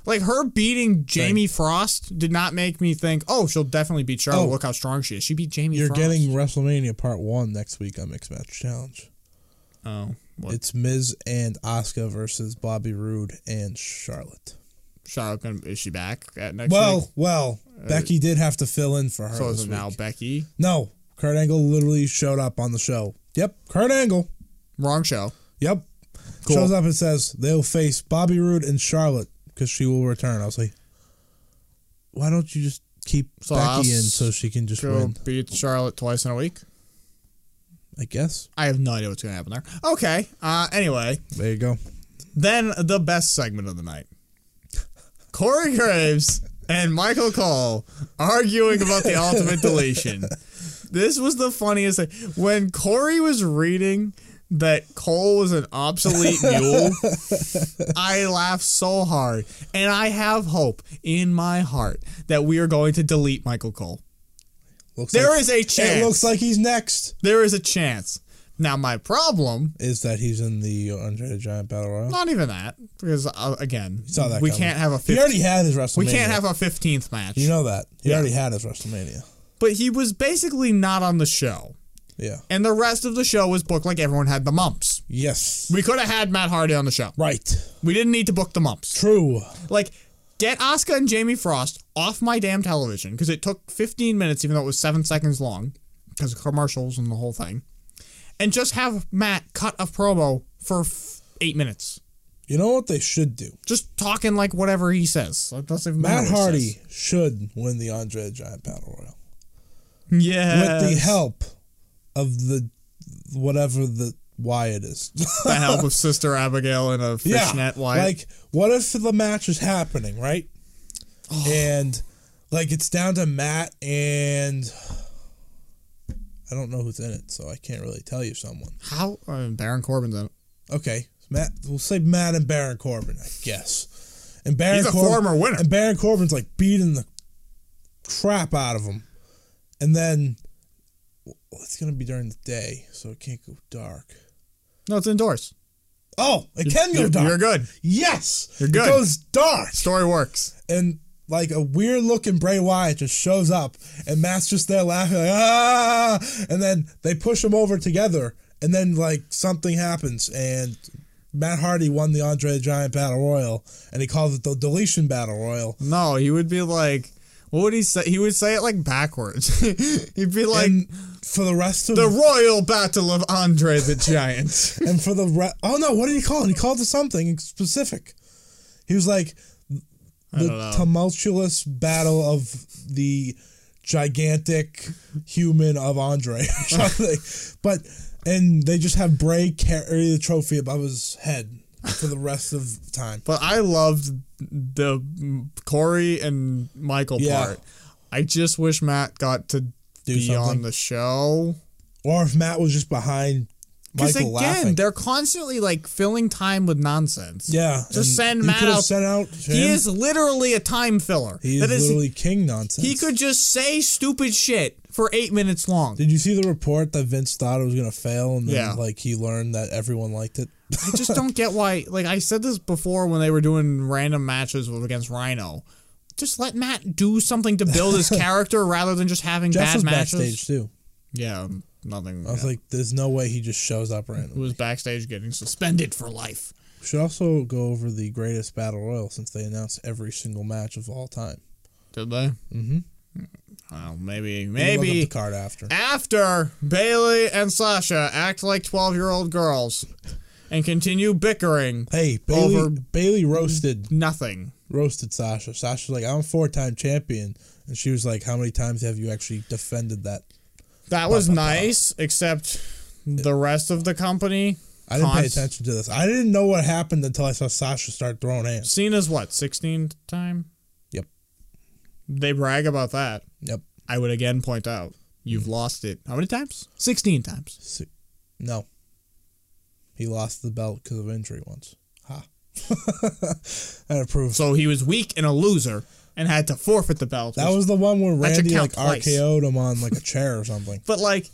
[SPEAKER 1] like her beating jamie frost did not make me think oh she'll definitely beat charlotte
[SPEAKER 2] Oh.
[SPEAKER 1] look how strong she is she beat jamie
[SPEAKER 2] you're
[SPEAKER 1] frost
[SPEAKER 2] getting WrestleMania Part One next week on Mixed Match Challenge.
[SPEAKER 1] oh what
[SPEAKER 2] It's Miz and Oscar versus Bobby Roode and Charlotte.
[SPEAKER 1] charlotte gonna, is she back at next
[SPEAKER 2] well,
[SPEAKER 1] week
[SPEAKER 2] well, Uh, Becky did have to fill in for her.
[SPEAKER 1] so
[SPEAKER 2] this
[SPEAKER 1] is it
[SPEAKER 2] week.
[SPEAKER 1] now becky
[SPEAKER 2] No, Kurt Angle literally showed up on the show. Yep, Kurt Angle.
[SPEAKER 1] wrong show
[SPEAKER 2] Yep.
[SPEAKER 1] Cool.
[SPEAKER 2] Shows up and says they'll face Bobby Roode and Charlotte because she will return. I was like, why don't you just keep
[SPEAKER 1] So I'll
[SPEAKER 2] Becky in
[SPEAKER 1] s-
[SPEAKER 2] so she can just
[SPEAKER 1] she'll
[SPEAKER 2] win?
[SPEAKER 1] beat charlotte twice in a week
[SPEAKER 2] I guess.
[SPEAKER 1] I have no idea what's gonna happen there. Okay. Uh, anyway,
[SPEAKER 2] There you go.
[SPEAKER 1] then the best segment of the night: Corey Graves and Michael Cole arguing about the ultimate deletion. This was the funniest thing. When Corey was reading that Cole was an obsolete mule, I laughed so hard, and I have hope in my heart that we are going to delete Michael Cole.
[SPEAKER 2] Looks
[SPEAKER 1] There
[SPEAKER 2] like,
[SPEAKER 1] is a
[SPEAKER 2] it
[SPEAKER 1] chance.
[SPEAKER 2] looks like he's next.
[SPEAKER 1] There is a chance. Now my problem,
[SPEAKER 2] Is that he's in the Andre the Giant Battle Royal?
[SPEAKER 1] not even that, because uh, again,
[SPEAKER 2] Saw that
[SPEAKER 1] we
[SPEAKER 2] coming.
[SPEAKER 1] can't have a
[SPEAKER 2] He
[SPEAKER 1] 15,
[SPEAKER 2] already had his WrestleMania.
[SPEAKER 1] we can't have a fifteenth match.
[SPEAKER 2] You know that he
[SPEAKER 1] Yeah.
[SPEAKER 2] already had his WrestleMania.
[SPEAKER 1] but he was basically not on the show,
[SPEAKER 2] Yeah.
[SPEAKER 1] and the rest of the show was booked like everyone had the mumps.
[SPEAKER 2] Yes.
[SPEAKER 1] We could have had Matt Hardy on the show.
[SPEAKER 2] Right.
[SPEAKER 1] We didn't need to book the mumps.
[SPEAKER 2] True.
[SPEAKER 1] Like, get Asuka and Jamie Frost off my damn television because it took 15 minutes, even though it was seven seconds long because of commercials and the whole thing. And just have Matt cut a promo for f- eight minutes,
[SPEAKER 2] You know what they should do?
[SPEAKER 1] just talking like whatever he says. It doesn't even matter
[SPEAKER 2] Matt
[SPEAKER 1] what he
[SPEAKER 2] Hardy
[SPEAKER 1] says.
[SPEAKER 2] should win the Andre the Giant Battle Royal
[SPEAKER 1] yeah,
[SPEAKER 2] with the help of the whatever the why it is.
[SPEAKER 1] the help of Sister Abigail and a
[SPEAKER 2] yeah.
[SPEAKER 1] fishnet wire.
[SPEAKER 2] Like, what if the match is happening right?
[SPEAKER 1] Oh.
[SPEAKER 2] And like it's down to Matt and I don't know who's in it, so I can't really tell you someone.
[SPEAKER 1] how uh, Baron Corbin's in it.
[SPEAKER 2] Okay, Matt. We'll say Matt and Baron Corbin, I guess. And Baron
[SPEAKER 1] He's a
[SPEAKER 2] Corbin,
[SPEAKER 1] former winner.
[SPEAKER 2] And Baron Corbin's like beating the crap out of him, and then well, it's gonna be during the day, so it can't go dark.
[SPEAKER 1] No, it's indoors.
[SPEAKER 2] Oh, it can go
[SPEAKER 1] You're,
[SPEAKER 2] dark.
[SPEAKER 1] you're good.
[SPEAKER 2] Yes,
[SPEAKER 1] You're good.
[SPEAKER 2] It goes dark,
[SPEAKER 1] Story works.
[SPEAKER 2] and like a weird looking Bray Wyatt just shows up, and Matt's just there laughing like ah, and then they push him over together, and then like something happens, and Matt Hardy won the Andre the Giant Battle Royal, and he calls it the Deletion Battle Royal.
[SPEAKER 1] No, he would be like, what would he say? He would say it like backwards. He'd be like,
[SPEAKER 2] and for the rest of
[SPEAKER 1] the Royal Battle of Andre the Giant.
[SPEAKER 2] and for the re- oh no, what did he call it? He called it something specific. He was like
[SPEAKER 1] don't know.
[SPEAKER 2] the tumultuous battle of the gigantic human of Andre or something. but and they just have Bray carry the trophy above his head for the rest of the time.
[SPEAKER 1] but I loved the mm, Corey and Michael
[SPEAKER 2] Yeah.
[SPEAKER 1] part. I just wish Matt got to be on
[SPEAKER 2] something.
[SPEAKER 1] the show.
[SPEAKER 2] Or if Matt was just behind
[SPEAKER 1] Because
[SPEAKER 2] Michael
[SPEAKER 1] again,
[SPEAKER 2] laughing.
[SPEAKER 1] they're constantly like filling time with nonsense.
[SPEAKER 2] Yeah,
[SPEAKER 1] Just send
[SPEAKER 2] you
[SPEAKER 1] Matt
[SPEAKER 2] could've
[SPEAKER 1] out.
[SPEAKER 2] Sent out
[SPEAKER 1] He
[SPEAKER 2] him.
[SPEAKER 1] is literally a time filler.
[SPEAKER 2] He
[SPEAKER 1] that
[SPEAKER 2] is
[SPEAKER 1] is,
[SPEAKER 2] literally king nonsense.
[SPEAKER 1] he could just say stupid shit for eight minutes long.
[SPEAKER 2] Did you see the report that Vince thought it was gonna fail, and then
[SPEAKER 1] Yeah.
[SPEAKER 2] like he learned that everyone liked it?
[SPEAKER 1] I just don't get why. Like I said this before when they were doing random matches with- against Rhino. Just let Matt do something to build his character rather than just having
[SPEAKER 2] Jeff
[SPEAKER 1] bad
[SPEAKER 2] was
[SPEAKER 1] matches.
[SPEAKER 2] backstage too.
[SPEAKER 1] Yeah, nothing.
[SPEAKER 2] I was
[SPEAKER 1] yeah.
[SPEAKER 2] like, "There's no way he just shows up
[SPEAKER 1] Who
[SPEAKER 2] randomly."
[SPEAKER 1] was backstage getting suspended for life?
[SPEAKER 2] We should also go over the greatest battle royal since they announced every single match of all time.
[SPEAKER 1] Did they?
[SPEAKER 2] Mm-hmm.
[SPEAKER 1] Well, maybe,
[SPEAKER 2] look up
[SPEAKER 1] maybe
[SPEAKER 2] the card after.
[SPEAKER 1] after Bailey and Sasha act like twelve-year-old girls and continue bickering.
[SPEAKER 2] Hey, Bailey,
[SPEAKER 1] Over-
[SPEAKER 2] Bailey roasted
[SPEAKER 1] Nothing.
[SPEAKER 2] roasted Sasha. Sasha's like, "I'm a four time champion," and she was like, "How many times have you actually defended that?"
[SPEAKER 1] That was nice, except the rest of the company.
[SPEAKER 2] I didn't pay
[SPEAKER 1] Cons-
[SPEAKER 2] attention to this. I didn't know what happened until I saw Sasha start throwing hands.
[SPEAKER 1] Cena's what, 16 time?
[SPEAKER 2] Yep.
[SPEAKER 1] They brag about that.
[SPEAKER 2] Yep.
[SPEAKER 1] I would again point out you've lost it. How many times? 16 times.
[SPEAKER 2] Si- No. He lost the belt because of injury once. Ha. that proves.
[SPEAKER 1] So he was weak and a loser and had to forfeit the belt.
[SPEAKER 2] That
[SPEAKER 1] which-
[SPEAKER 2] was the one where
[SPEAKER 1] That should
[SPEAKER 2] Randy like
[SPEAKER 1] count twice.
[SPEAKER 2] RKO'd him on like a chair or something.
[SPEAKER 1] but like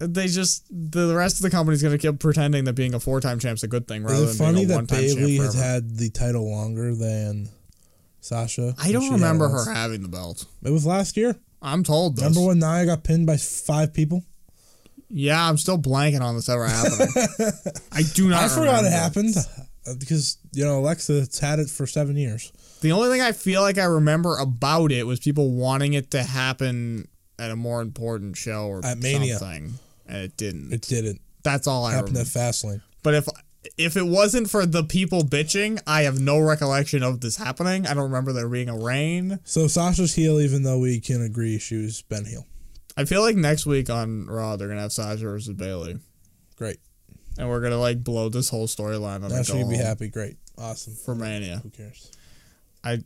[SPEAKER 1] they just the, the rest of the company's going to keep pretending that being a four-time champ's a good thing rather
[SPEAKER 2] Is
[SPEAKER 1] than
[SPEAKER 2] it funny
[SPEAKER 1] being a
[SPEAKER 2] that
[SPEAKER 1] one-time
[SPEAKER 2] Bailey
[SPEAKER 1] champ
[SPEAKER 2] has
[SPEAKER 1] forever.
[SPEAKER 2] had the title longer than Sasha?
[SPEAKER 1] I
[SPEAKER 2] And she
[SPEAKER 1] don't
[SPEAKER 2] had
[SPEAKER 1] remember
[SPEAKER 2] it
[SPEAKER 1] her
[SPEAKER 2] once.
[SPEAKER 1] having the belt.
[SPEAKER 2] It was last year.
[SPEAKER 1] I'm told this.
[SPEAKER 2] Remember when Nia got pinned by five people?
[SPEAKER 1] yeah, I'm still blanking on this ever happening. I do not
[SPEAKER 2] I forgot
[SPEAKER 1] remember.
[SPEAKER 2] it happened uh, because you know Alexa's had it for seven years.
[SPEAKER 1] The only thing I feel like I remember about it was people wanting it to happen at a more important show or
[SPEAKER 2] At Mania.
[SPEAKER 1] something, and it didn't.
[SPEAKER 2] It didn't
[SPEAKER 1] That's all I
[SPEAKER 2] happen
[SPEAKER 1] remember.
[SPEAKER 2] at Fastlane.
[SPEAKER 1] But if if it wasn't for the people bitching, I have no recollection of this happening. I don't remember there being a rain.
[SPEAKER 2] So Sasha's heel, even though we can agree she was Ben heel.
[SPEAKER 1] I feel like next week on Raw they're gonna have Sasha versus Bailey,
[SPEAKER 2] Great.
[SPEAKER 1] and we're gonna like blow this whole storyline on
[SPEAKER 2] Now
[SPEAKER 1] the
[SPEAKER 2] she can be
[SPEAKER 1] home
[SPEAKER 2] happy. Great. Awesome.
[SPEAKER 1] for Mania.
[SPEAKER 2] Who cares? I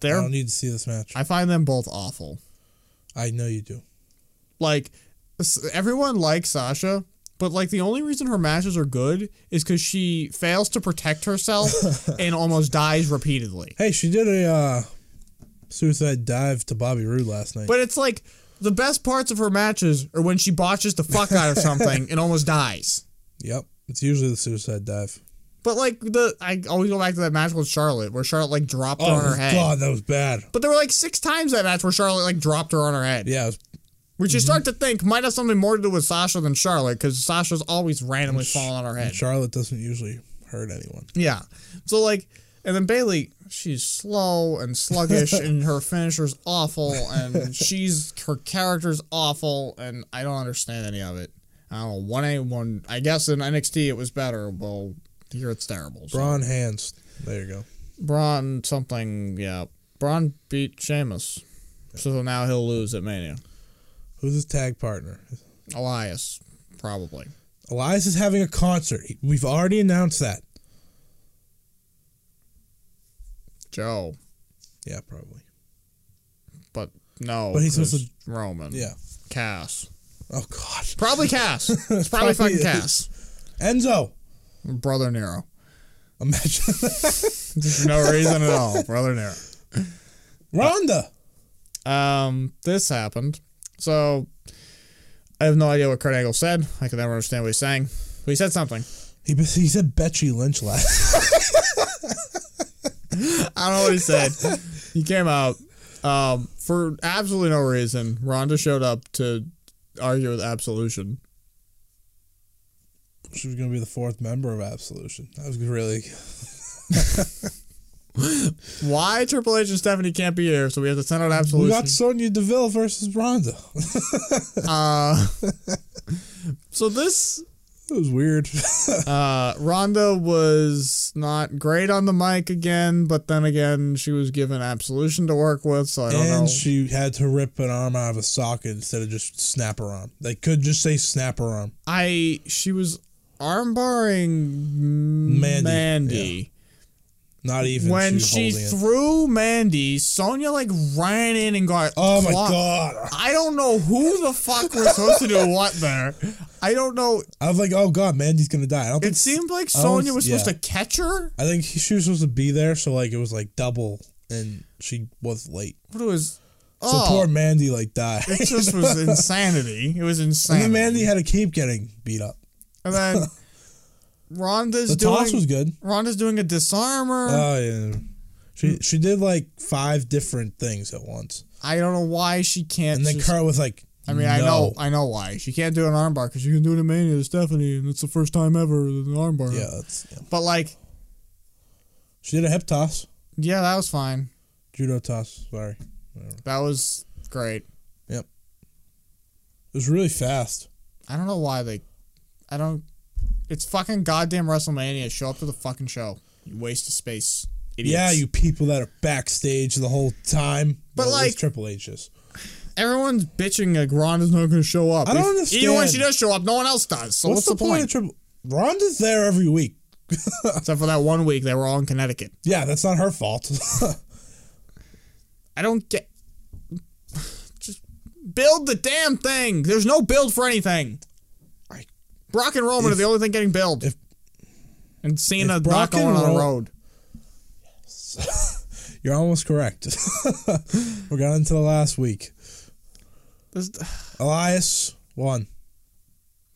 [SPEAKER 1] They're
[SPEAKER 2] don't need to see this match. I,
[SPEAKER 1] I find them both awful.
[SPEAKER 2] know you do.
[SPEAKER 1] like s- everyone likes Sasha, but like the only reason her matches are good is because she fails to protect herself and almost dies repeatedly.
[SPEAKER 2] Hey, she did a uh, suicide dive to Bobby Roode last night.
[SPEAKER 1] But it's like The best parts of her matches are when she botches the fuck out of something and almost dies.
[SPEAKER 2] Yep. It's usually the suicide dive.
[SPEAKER 1] But like the, I always go back to that match with Charlotte where Charlotte like dropped her on her head.
[SPEAKER 2] Oh God, that was bad.
[SPEAKER 1] But there were like six times that match where Charlotte like dropped her on her head,
[SPEAKER 2] Yeah, it was
[SPEAKER 1] which you start to think might have something more to do with Sasha than Charlotte because Sasha's always randomly falling on her head.
[SPEAKER 2] Charlotte doesn't usually hurt anyone.
[SPEAKER 1] Yeah. So like, and then Bailey, she's slow and sluggish, and her finisher's awful, and she's her character's awful, and I don't understand any of it. I don't know. One a one. I guess in NXT it was better. Well, here it's terrible. So.
[SPEAKER 2] Braun hands. There you go.
[SPEAKER 1] Braun something. Yeah. Braun beat Sheamus, so now he'll lose at Mania.
[SPEAKER 2] Who's his tag partner?
[SPEAKER 1] Elias, probably.
[SPEAKER 2] Elias is having a concert. He- We've already announced that.
[SPEAKER 1] Joe,
[SPEAKER 2] Yeah, probably.
[SPEAKER 1] but no.
[SPEAKER 2] But he's
[SPEAKER 1] 'cause
[SPEAKER 2] supposed
[SPEAKER 1] Roman.
[SPEAKER 2] Yeah.
[SPEAKER 1] Cass.
[SPEAKER 2] Oh God.
[SPEAKER 1] Probably Cass. It's probably,
[SPEAKER 2] Probably
[SPEAKER 1] fucking Cass.
[SPEAKER 2] Enzo.
[SPEAKER 1] Brother Nero.
[SPEAKER 2] Imagine that.
[SPEAKER 1] no reason at all, brother Nero.
[SPEAKER 2] Rhonda.
[SPEAKER 1] Um, this happened. So I have no idea what Kurt Angle said. I could never understand what he's saying. But he said something.
[SPEAKER 2] He, he said Betchy Lynch last.
[SPEAKER 1] I don't know what he said. he came out um, for absolutely no reason. Rhonda showed up to argue with Absolution.
[SPEAKER 2] she was gonna be the fourth member of Absolution. That was really
[SPEAKER 1] Why Triple H and Stephanie can't be here, so we have to send out
[SPEAKER 2] We
[SPEAKER 1] Absolution.
[SPEAKER 2] got Sonya Deville versus Rhonda.
[SPEAKER 1] uh, so this
[SPEAKER 2] It was weird.
[SPEAKER 1] Uh, Rhonda was not great on the mic again, but then again, she was given absolution to work with, so I don't know.
[SPEAKER 2] and she had to rip an arm out of a socket instead of just snap her arm. They could just say snap her arm.
[SPEAKER 1] I she was armbarring Mandy,
[SPEAKER 2] Mandy,
[SPEAKER 1] Mandy.
[SPEAKER 2] Not even
[SPEAKER 1] when
[SPEAKER 2] she
[SPEAKER 1] she
[SPEAKER 2] was holding it.
[SPEAKER 1] threw Mandy. Sonya like ran in and got.
[SPEAKER 2] Oh my
[SPEAKER 1] clocked.
[SPEAKER 2] god!
[SPEAKER 1] I don't know who the fuck was supposed to do what there. I don't know.
[SPEAKER 2] I was like, oh god, Mandy's gonna die. I don't
[SPEAKER 1] It
[SPEAKER 2] think.
[SPEAKER 1] seemed like
[SPEAKER 2] I always-
[SPEAKER 1] Sonya was supposed
[SPEAKER 2] yeah.
[SPEAKER 1] to catch her.
[SPEAKER 2] I think she was supposed to be there, so like it was like double, and she was late.
[SPEAKER 1] What it was?
[SPEAKER 2] So
[SPEAKER 1] Oh,
[SPEAKER 2] poor Mandy like died.
[SPEAKER 1] it just was insanity. It was
[SPEAKER 2] and
[SPEAKER 1] insane.
[SPEAKER 2] then Mandy had to keep getting beat up.
[SPEAKER 1] And then Rhonda's
[SPEAKER 2] The toss
[SPEAKER 1] doing
[SPEAKER 2] was good.
[SPEAKER 1] Rhonda's doing a disarmer.
[SPEAKER 2] Oh yeah.
[SPEAKER 1] Mm.
[SPEAKER 2] She she did like five different things at once,
[SPEAKER 1] I don't know why she can't.
[SPEAKER 2] and then
[SPEAKER 1] just-
[SPEAKER 2] Kurt was like,
[SPEAKER 1] I mean, I know,
[SPEAKER 2] "No."
[SPEAKER 1] I know why she can't do an armbar because she can do it in Mania to Stephanie, and it's the first time ever with an armbar.
[SPEAKER 2] Yeah, that's, yeah.
[SPEAKER 1] But like,
[SPEAKER 2] She did a hip toss,
[SPEAKER 1] yeah, that was fine.
[SPEAKER 2] judo toss. Sorry, it
[SPEAKER 1] That was great.
[SPEAKER 2] was really fast.
[SPEAKER 1] I don't know why they. I don't. It's fucking goddamn WrestleMania. Show up to the fucking show. You waste of space. Idiots.
[SPEAKER 2] Yeah, you people that are backstage the whole time.
[SPEAKER 1] But,
[SPEAKER 2] Well, at least
[SPEAKER 1] like-
[SPEAKER 2] Triple H is.
[SPEAKER 1] Everyone's bitching like Rhonda's not going to show up.
[SPEAKER 2] I don't
[SPEAKER 1] If- Even when
[SPEAKER 2] understand.
[SPEAKER 1] she does show up, no one else does. So what's, the, point?
[SPEAKER 2] of Triple? Ronda's there every week.
[SPEAKER 1] Except for that one week they were all in Connecticut.
[SPEAKER 2] Yeah, that's not her fault.
[SPEAKER 1] I don't get. Just build the damn thing. There's no build for anything.
[SPEAKER 2] I-
[SPEAKER 1] Brock and Roman are the only thing getting built.
[SPEAKER 2] if-
[SPEAKER 1] and Cena
[SPEAKER 2] if
[SPEAKER 1] not
[SPEAKER 2] Brock
[SPEAKER 1] going
[SPEAKER 2] and
[SPEAKER 1] on the
[SPEAKER 2] Ro-
[SPEAKER 1] road.
[SPEAKER 2] You're almost correct. We're going into the last week.
[SPEAKER 1] This,
[SPEAKER 2] Elias won.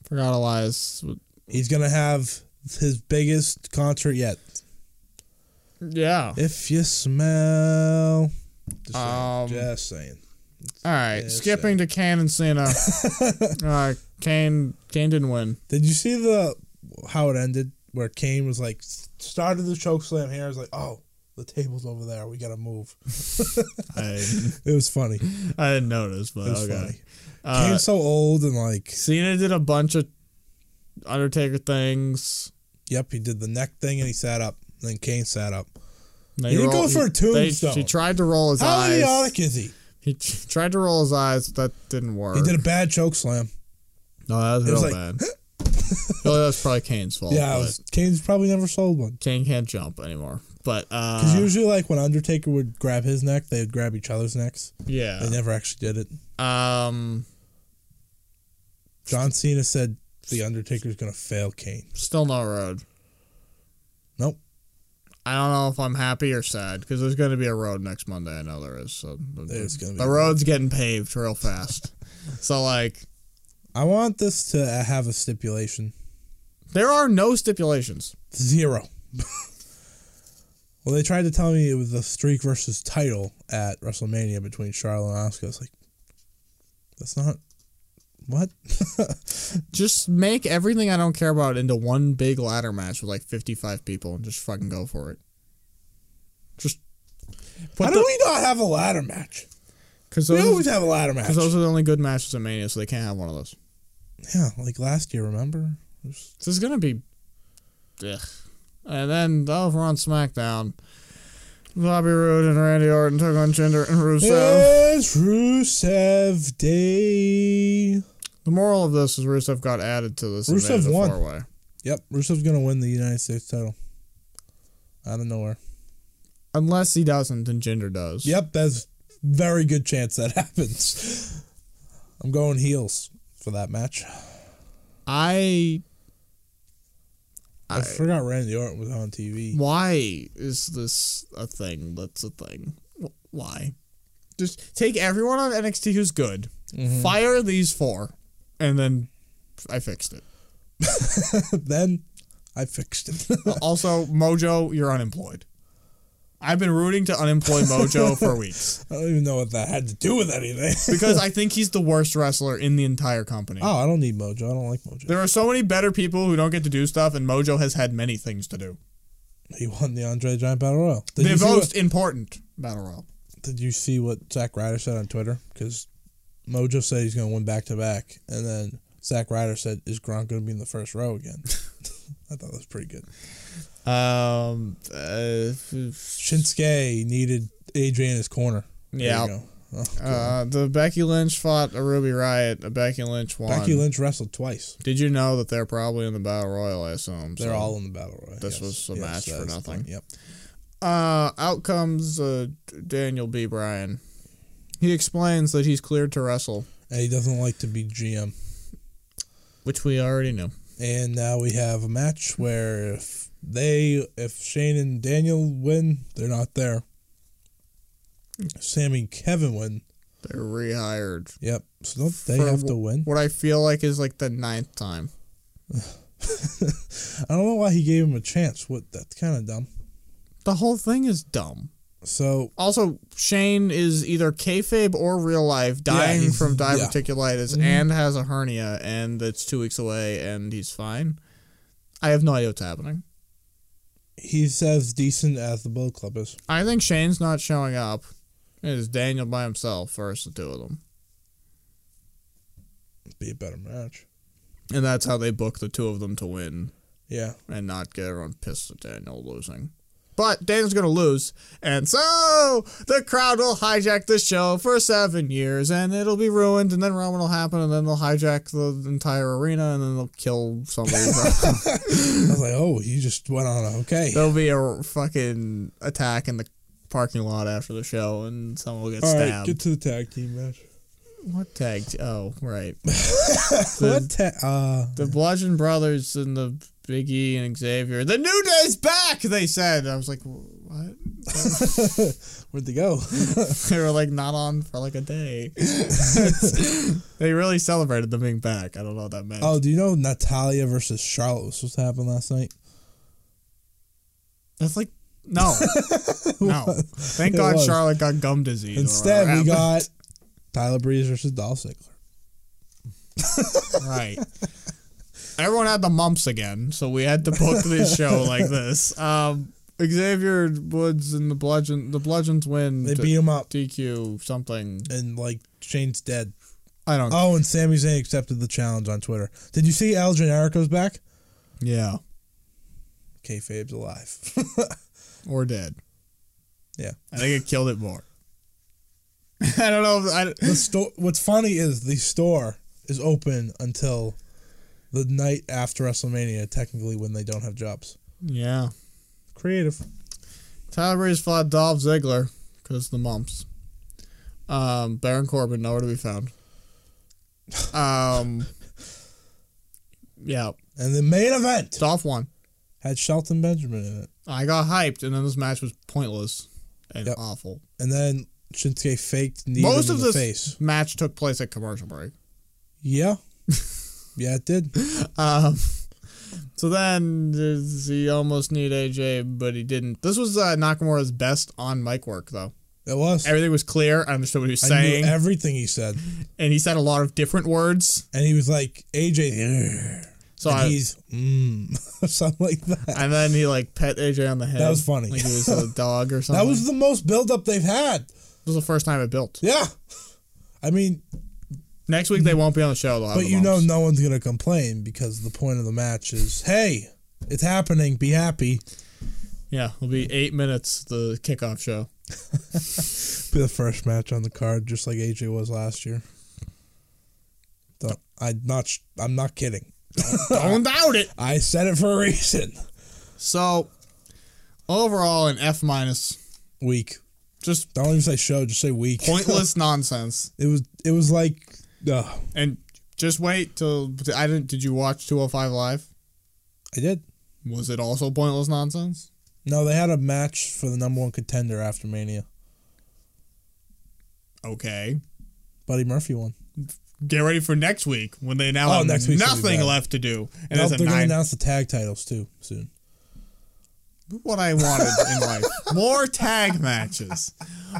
[SPEAKER 1] forgot Elias.
[SPEAKER 2] He's gonna have his biggest concert yet.
[SPEAKER 1] Yeah.
[SPEAKER 2] If you smell, just saying.
[SPEAKER 1] Um,
[SPEAKER 2] just saying.
[SPEAKER 1] All right.
[SPEAKER 2] Yeah,
[SPEAKER 1] Skipping to Kane and Cena. uh, Kane Kane didn't win.
[SPEAKER 2] Did you see the how it ended? Where Kane was like started the choke slam here. I was like, oh, the table's over there. We gotta move.
[SPEAKER 1] I,
[SPEAKER 2] It was funny. It
[SPEAKER 1] I didn't notice, but
[SPEAKER 2] was
[SPEAKER 1] okay.
[SPEAKER 2] funny.
[SPEAKER 1] Uh,
[SPEAKER 2] Kane's so old and like,
[SPEAKER 1] Cena did a bunch of Undertaker things.
[SPEAKER 2] yep, he did the neck thing and he sat up. Then Kane sat up.
[SPEAKER 1] They
[SPEAKER 2] He didn't
[SPEAKER 1] roll-
[SPEAKER 2] go for a
[SPEAKER 1] they-
[SPEAKER 2] tombstone.
[SPEAKER 1] He tried to roll his
[SPEAKER 2] How
[SPEAKER 1] eyes.
[SPEAKER 2] idiotic is he?
[SPEAKER 1] He t- tried to roll his eyes, but that didn't work.
[SPEAKER 2] He did a bad choke slam.
[SPEAKER 1] no, that was
[SPEAKER 2] it
[SPEAKER 1] real
[SPEAKER 2] was
[SPEAKER 1] bad. well, that was probably Kane's fault.
[SPEAKER 2] yeah,
[SPEAKER 1] but
[SPEAKER 2] it was, Kane's probably never sold one.
[SPEAKER 1] Kane can't jump anymore. But
[SPEAKER 2] Because
[SPEAKER 1] uh,
[SPEAKER 2] usually, like when Undertaker would grab his neck, they would grab each other's necks. They
[SPEAKER 1] yeah,
[SPEAKER 2] never actually did it.
[SPEAKER 1] um,
[SPEAKER 2] John Cena said the Undertaker's gonna fail Kane.
[SPEAKER 1] still no road.
[SPEAKER 2] Nope.
[SPEAKER 1] I don't know if I'm happy or sad because there's going to be a road next Monday. I know there is. So the,
[SPEAKER 2] There's gonna be
[SPEAKER 1] the
[SPEAKER 2] a
[SPEAKER 1] road's getting paved real fast. so like,
[SPEAKER 2] I want this to uh, have a stipulation.
[SPEAKER 1] there are no stipulations.
[SPEAKER 2] Zero. well, they tried to tell me it was the streak versus title at WrestleMania between Charlotte and Oscar. I was like, that's not. What?
[SPEAKER 1] Just make everything I don't care about into one big ladder match with like 55 people and just fucking go for it. Just put
[SPEAKER 2] How
[SPEAKER 1] the-
[SPEAKER 2] do we not have a ladder match?
[SPEAKER 1] 'cause
[SPEAKER 2] We
[SPEAKER 1] those-
[SPEAKER 2] always have a ladder match.
[SPEAKER 1] Because those are the only good matches at Mania, so they can't have one of those.
[SPEAKER 2] Yeah, like last year, remember? It was-
[SPEAKER 1] So it's gonna be, ugh. And then over on SmackDown, Bobby Roode and Randy Orton took on Jinder and Rusev.
[SPEAKER 2] It's Rusev Day.
[SPEAKER 1] The moral of this is Rusev got added to this.
[SPEAKER 2] Rusev
[SPEAKER 1] Rusev
[SPEAKER 2] won.
[SPEAKER 1] Four way.
[SPEAKER 2] Yep, Rusev's gonna win the United States title. Out of nowhere.
[SPEAKER 1] Unless he doesn't, then Jinder does.
[SPEAKER 2] Yep, that's very good chance that happens. I'm going heels for that match.
[SPEAKER 1] I.
[SPEAKER 2] I,
[SPEAKER 1] I-
[SPEAKER 2] forgot Randy Orton was on TV.
[SPEAKER 1] Why is this a thing? That's a thing. Wh- Why? Just take everyone on NXT who's good, fire these four, and then I fixed it.
[SPEAKER 2] then I fixed it.
[SPEAKER 1] also, Mojo, you're unemployed. I've been rooting to unemploy Mojo for weeks
[SPEAKER 2] I don't even know what that had to do with anything.
[SPEAKER 1] because I think he's the worst wrestler in the entire company.
[SPEAKER 2] oh, I don't need Mojo. I don't like Mojo.
[SPEAKER 1] There are so many better people who don't get to do stuff, and Mojo has had many things to do.
[SPEAKER 2] He won the Andre Giant Battle Royal. Did you
[SPEAKER 1] the
[SPEAKER 2] see
[SPEAKER 1] most important battle royal.
[SPEAKER 2] Did you see what Zack Ryder said on Twitter? Because Mojo said he's going to win back to back, and then Zack Ryder said, "Is Gronk going to be in the first row again?" I thought that was pretty good.
[SPEAKER 1] Um, uh,
[SPEAKER 2] Shinsuke needed AJ in his corner. There you
[SPEAKER 1] Yeah.
[SPEAKER 2] go. Oh,
[SPEAKER 1] uh, the Becky Lynch fought a Ruby Riot. A Becky Lynch won.
[SPEAKER 2] Becky Lynch wrestled twice.
[SPEAKER 1] Did you know that they're probably in the battle royal? I assume
[SPEAKER 2] They're
[SPEAKER 1] so.
[SPEAKER 2] all in the battle royal.
[SPEAKER 1] This was a match
[SPEAKER 2] that
[SPEAKER 1] for
[SPEAKER 2] is the
[SPEAKER 1] nothing.
[SPEAKER 2] point. Yep.
[SPEAKER 1] Uh, out comes uh, Daniel B. Bryan. He explains that he's cleared to wrestle,
[SPEAKER 2] And he doesn't like to be GM.
[SPEAKER 1] which we already knew.
[SPEAKER 2] And now we have a match where if they, if Shane and Daniel win, they're not there.
[SPEAKER 1] Hmm.
[SPEAKER 2] Sammy and Kevin win.
[SPEAKER 1] They're rehired.
[SPEAKER 2] Yep. So don't they
[SPEAKER 1] For
[SPEAKER 2] have
[SPEAKER 1] wh-
[SPEAKER 2] to win?
[SPEAKER 1] What I feel like is like the ninth time.
[SPEAKER 2] I don't know why he gave him a chance. What? That's kind of dumb.
[SPEAKER 1] The whole thing is dumb.
[SPEAKER 2] So
[SPEAKER 1] Also, Shane is either kayfabe or real life, dying
[SPEAKER 2] he's-
[SPEAKER 1] from
[SPEAKER 2] yeah. Mm-hmm.
[SPEAKER 1] diverticulitis, and has a hernia, and it's two weeks away, and he's fine. I have no idea what's happening.
[SPEAKER 2] he's as decent as the Bull Club is.
[SPEAKER 1] I think Shane's not showing up. It is Daniel by himself versus the two of them.
[SPEAKER 2] Be a better match.
[SPEAKER 1] And that's how they book the two of them to win
[SPEAKER 2] Yeah.
[SPEAKER 1] and not get everyone pissed at Daniel losing. But Daniel's going to lose. And so the crowd will hijack the show for seven years and it'll be ruined. And then Roman will happen and then they'll hijack the entire arena and then they'll kill somebody.
[SPEAKER 2] I was like, oh, he just went on. a- Okay.
[SPEAKER 1] There'll be a fucking attack in the parking lot after the show and someone will get
[SPEAKER 2] All right,
[SPEAKER 1] stabbed.
[SPEAKER 2] get to the tag team match.
[SPEAKER 1] what tag? t- oh, right.
[SPEAKER 2] what? Ta- uh,
[SPEAKER 1] The Bludgeon Brothers and the Big E and Xavier. The New Day's back, they said. I was like, what?
[SPEAKER 2] uh, where'd they go?
[SPEAKER 1] they were like not on for like a day. they really celebrated them being back. I don't know what that meant.
[SPEAKER 2] oh, do you know Natalia versus Charlotte was supposed to happen last night?
[SPEAKER 1] That's like, no. no. Thank
[SPEAKER 2] It
[SPEAKER 1] God
[SPEAKER 2] was.
[SPEAKER 1] Charlotte got gum disease. or
[SPEAKER 2] Instead, we
[SPEAKER 1] whatever
[SPEAKER 2] got Tyler Breeze versus Dolph Ziggler.
[SPEAKER 1] happened. Right. Everyone had the mumps again, so we had to book this show like this. Um, Xavier Woods and the Bludgeon, the Bludgeons win.
[SPEAKER 2] They
[SPEAKER 1] to
[SPEAKER 2] beat him up,
[SPEAKER 1] DQ something.
[SPEAKER 2] and like Shane's dead.
[SPEAKER 1] I don't.
[SPEAKER 2] Oh, and Sami Zayn accepted the challenge on Twitter. Did you see El Generico's back?
[SPEAKER 1] Yeah.
[SPEAKER 2] Kayfabe's alive.
[SPEAKER 1] or dead.
[SPEAKER 2] Yeah.
[SPEAKER 1] I think it killed it more. I don't know. If I,
[SPEAKER 2] the store. What's funny is the store is open until the night after WrestleMania, technically when they don't have jobs.
[SPEAKER 1] yeah,
[SPEAKER 2] Creative.
[SPEAKER 1] Tyler Breeze fought Dolph Ziggler because the mumps. Um, Baron Corbin nowhere to be found. Um, yeah,
[SPEAKER 2] And the main event.
[SPEAKER 1] Dolph won.
[SPEAKER 2] had Shelton Benjamin in it.
[SPEAKER 1] I got hyped, and then this match was pointless and
[SPEAKER 2] Yep.
[SPEAKER 1] awful.
[SPEAKER 2] And then Shinsuke faked knee
[SPEAKER 1] Most
[SPEAKER 2] him
[SPEAKER 1] of
[SPEAKER 2] in the
[SPEAKER 1] this
[SPEAKER 2] face.
[SPEAKER 1] match took place at commercial break.
[SPEAKER 2] Yeah. yeah, it did.
[SPEAKER 1] Um, so then there's- he almost need AJ, but he didn't. This was uh, Nakamura's best on mic work, though.
[SPEAKER 2] It was.
[SPEAKER 1] Everything was clear. I understood what he was
[SPEAKER 2] I knew
[SPEAKER 1] saying,
[SPEAKER 2] everything he said.
[SPEAKER 1] and he said a lot of different words.
[SPEAKER 2] And he was like, AJ,
[SPEAKER 1] So
[SPEAKER 2] and
[SPEAKER 1] I,
[SPEAKER 2] he's, mm, something like that.
[SPEAKER 1] and then he like pet AJ on the head.
[SPEAKER 2] That was funny.
[SPEAKER 1] Like he was a dog or something.
[SPEAKER 2] That was the most buildup they've had.
[SPEAKER 1] This was the first time it built.
[SPEAKER 2] Yeah. I mean,
[SPEAKER 1] Next week they won't be on the show. They'll have
[SPEAKER 2] Mm. but
[SPEAKER 1] the
[SPEAKER 2] you know,
[SPEAKER 1] bumps.
[SPEAKER 2] no one's going to complain because the point of the match is hey, it's happening. Be happy.
[SPEAKER 1] yeah, it'll be eight minutes. The kickoff show.
[SPEAKER 2] Be the first match on the card, just like AJ was last year. Don't- I'm not, sh- I'm not kidding.
[SPEAKER 1] Don't doubt it.
[SPEAKER 2] I said it for a reason.
[SPEAKER 1] So overall, an F minus.
[SPEAKER 2] Week.
[SPEAKER 1] Just
[SPEAKER 2] Don't even say show, just say week.
[SPEAKER 1] pointless nonsense.
[SPEAKER 2] It was it was like uh,
[SPEAKER 1] And just wait till I didn't. Did you watch 205 Live?
[SPEAKER 2] I did.
[SPEAKER 1] Was it also pointless nonsense?
[SPEAKER 2] No, they had a match for the number one contender after Mania.
[SPEAKER 1] Okay.
[SPEAKER 2] Buddy Murphy won.
[SPEAKER 1] Get ready for next week when they now
[SPEAKER 2] Oh,
[SPEAKER 1] have
[SPEAKER 2] next week's gonna be
[SPEAKER 1] nothing
[SPEAKER 2] bad.
[SPEAKER 1] left to do. And it's
[SPEAKER 2] Nope,
[SPEAKER 1] a
[SPEAKER 2] they're gonna
[SPEAKER 1] nine.
[SPEAKER 2] announce the tag titles too soon.
[SPEAKER 1] What I wanted in life more tag matches.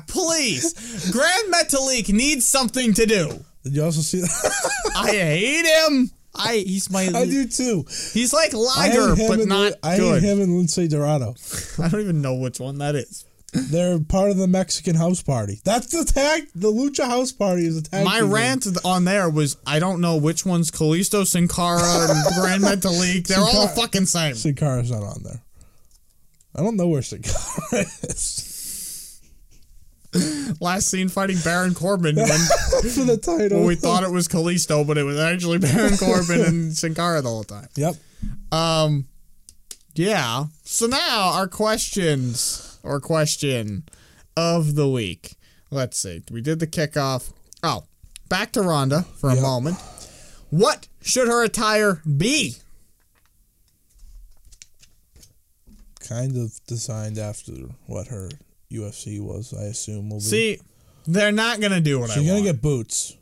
[SPEAKER 1] Please, Grand Metalik needs something to do.
[SPEAKER 2] Did you also see that?
[SPEAKER 1] I hate him. I he's my
[SPEAKER 2] I do too.
[SPEAKER 1] he's like
[SPEAKER 2] I hate
[SPEAKER 1] Liger,
[SPEAKER 2] him
[SPEAKER 1] but
[SPEAKER 2] and
[SPEAKER 1] not
[SPEAKER 2] I
[SPEAKER 1] good.
[SPEAKER 2] hate him and Lindsay Dorado.
[SPEAKER 1] I don't even know which one that is.
[SPEAKER 2] They're part of the Mexican house party. That's the tag. The Lucha house party is a tag.
[SPEAKER 1] My
[SPEAKER 2] team name.
[SPEAKER 1] rant on there was I don't know which one's Kalisto, Sin Cara, and Grand Metalik. They're all
[SPEAKER 2] Cara.
[SPEAKER 1] fucking same.
[SPEAKER 2] Sin Cara's not on there. I don't know where Sin Cara is
[SPEAKER 1] Last seen fighting Baron Corbin when,
[SPEAKER 2] for the title.
[SPEAKER 1] when we thought it was Kalisto, but it was actually Baron Corbin and Sin Cara the whole time.
[SPEAKER 2] Yep.
[SPEAKER 1] Um, yeah. So now our questions or question of the week. Let's see. We did the kickoff. Oh, back to Rhonda for a
[SPEAKER 2] Yeah.
[SPEAKER 1] moment. What should her attire be?
[SPEAKER 2] Kind of designed after what her UFC was. I assume will be.
[SPEAKER 1] See, they're not gonna do what I
[SPEAKER 2] She's gonna
[SPEAKER 1] want.
[SPEAKER 2] get boots.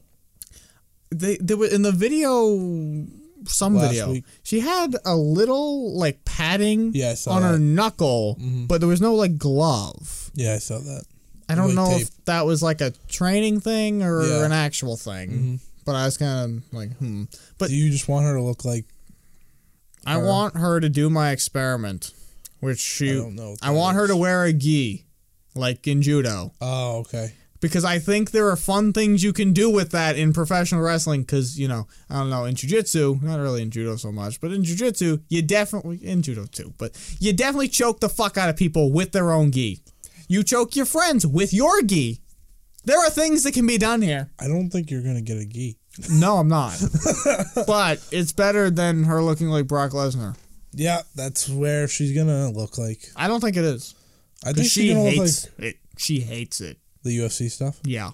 [SPEAKER 1] they they were in the video some
[SPEAKER 2] Last
[SPEAKER 1] video
[SPEAKER 2] week.
[SPEAKER 1] she had a little like padding
[SPEAKER 2] Yeah, I saw
[SPEAKER 1] on her
[SPEAKER 2] that.
[SPEAKER 1] knuckle but there was no like glove
[SPEAKER 2] Yeah, I saw that.
[SPEAKER 1] i don't
[SPEAKER 2] Like
[SPEAKER 1] know
[SPEAKER 2] tape.
[SPEAKER 1] if that was like a training thing or
[SPEAKER 2] Yeah. Mm-hmm.
[SPEAKER 1] an actual thing but i was kind of like hmm but
[SPEAKER 2] Do you just want her to look like?
[SPEAKER 1] i want her to do my experiment which she
[SPEAKER 2] I don't know what
[SPEAKER 1] I
[SPEAKER 2] that
[SPEAKER 1] want her
[SPEAKER 2] is.
[SPEAKER 1] to wear a gi like in judo
[SPEAKER 2] Oh, okay.
[SPEAKER 1] because I think there are fun things you can do with that in professional wrestling. Because you know, I don't know in jujitsu, not really in judo so much, but in jujitsu, you definitely in judo too, but you definitely choke the fuck out of people with their own gi. You choke your friends with your gi. There are things that can be done here.
[SPEAKER 2] I don't think you're gonna get a gi.
[SPEAKER 1] No, I'm not, but it's better than her looking like Brock Lesnar.
[SPEAKER 2] Yeah, that's where she's gonna look like.
[SPEAKER 1] I don't think it is.
[SPEAKER 2] I
[SPEAKER 1] 'Cause
[SPEAKER 2] think she's
[SPEAKER 1] She
[SPEAKER 2] gonna look
[SPEAKER 1] hates
[SPEAKER 2] like
[SPEAKER 1] it. She hates it.
[SPEAKER 2] the UFC stuff.
[SPEAKER 1] Yeah,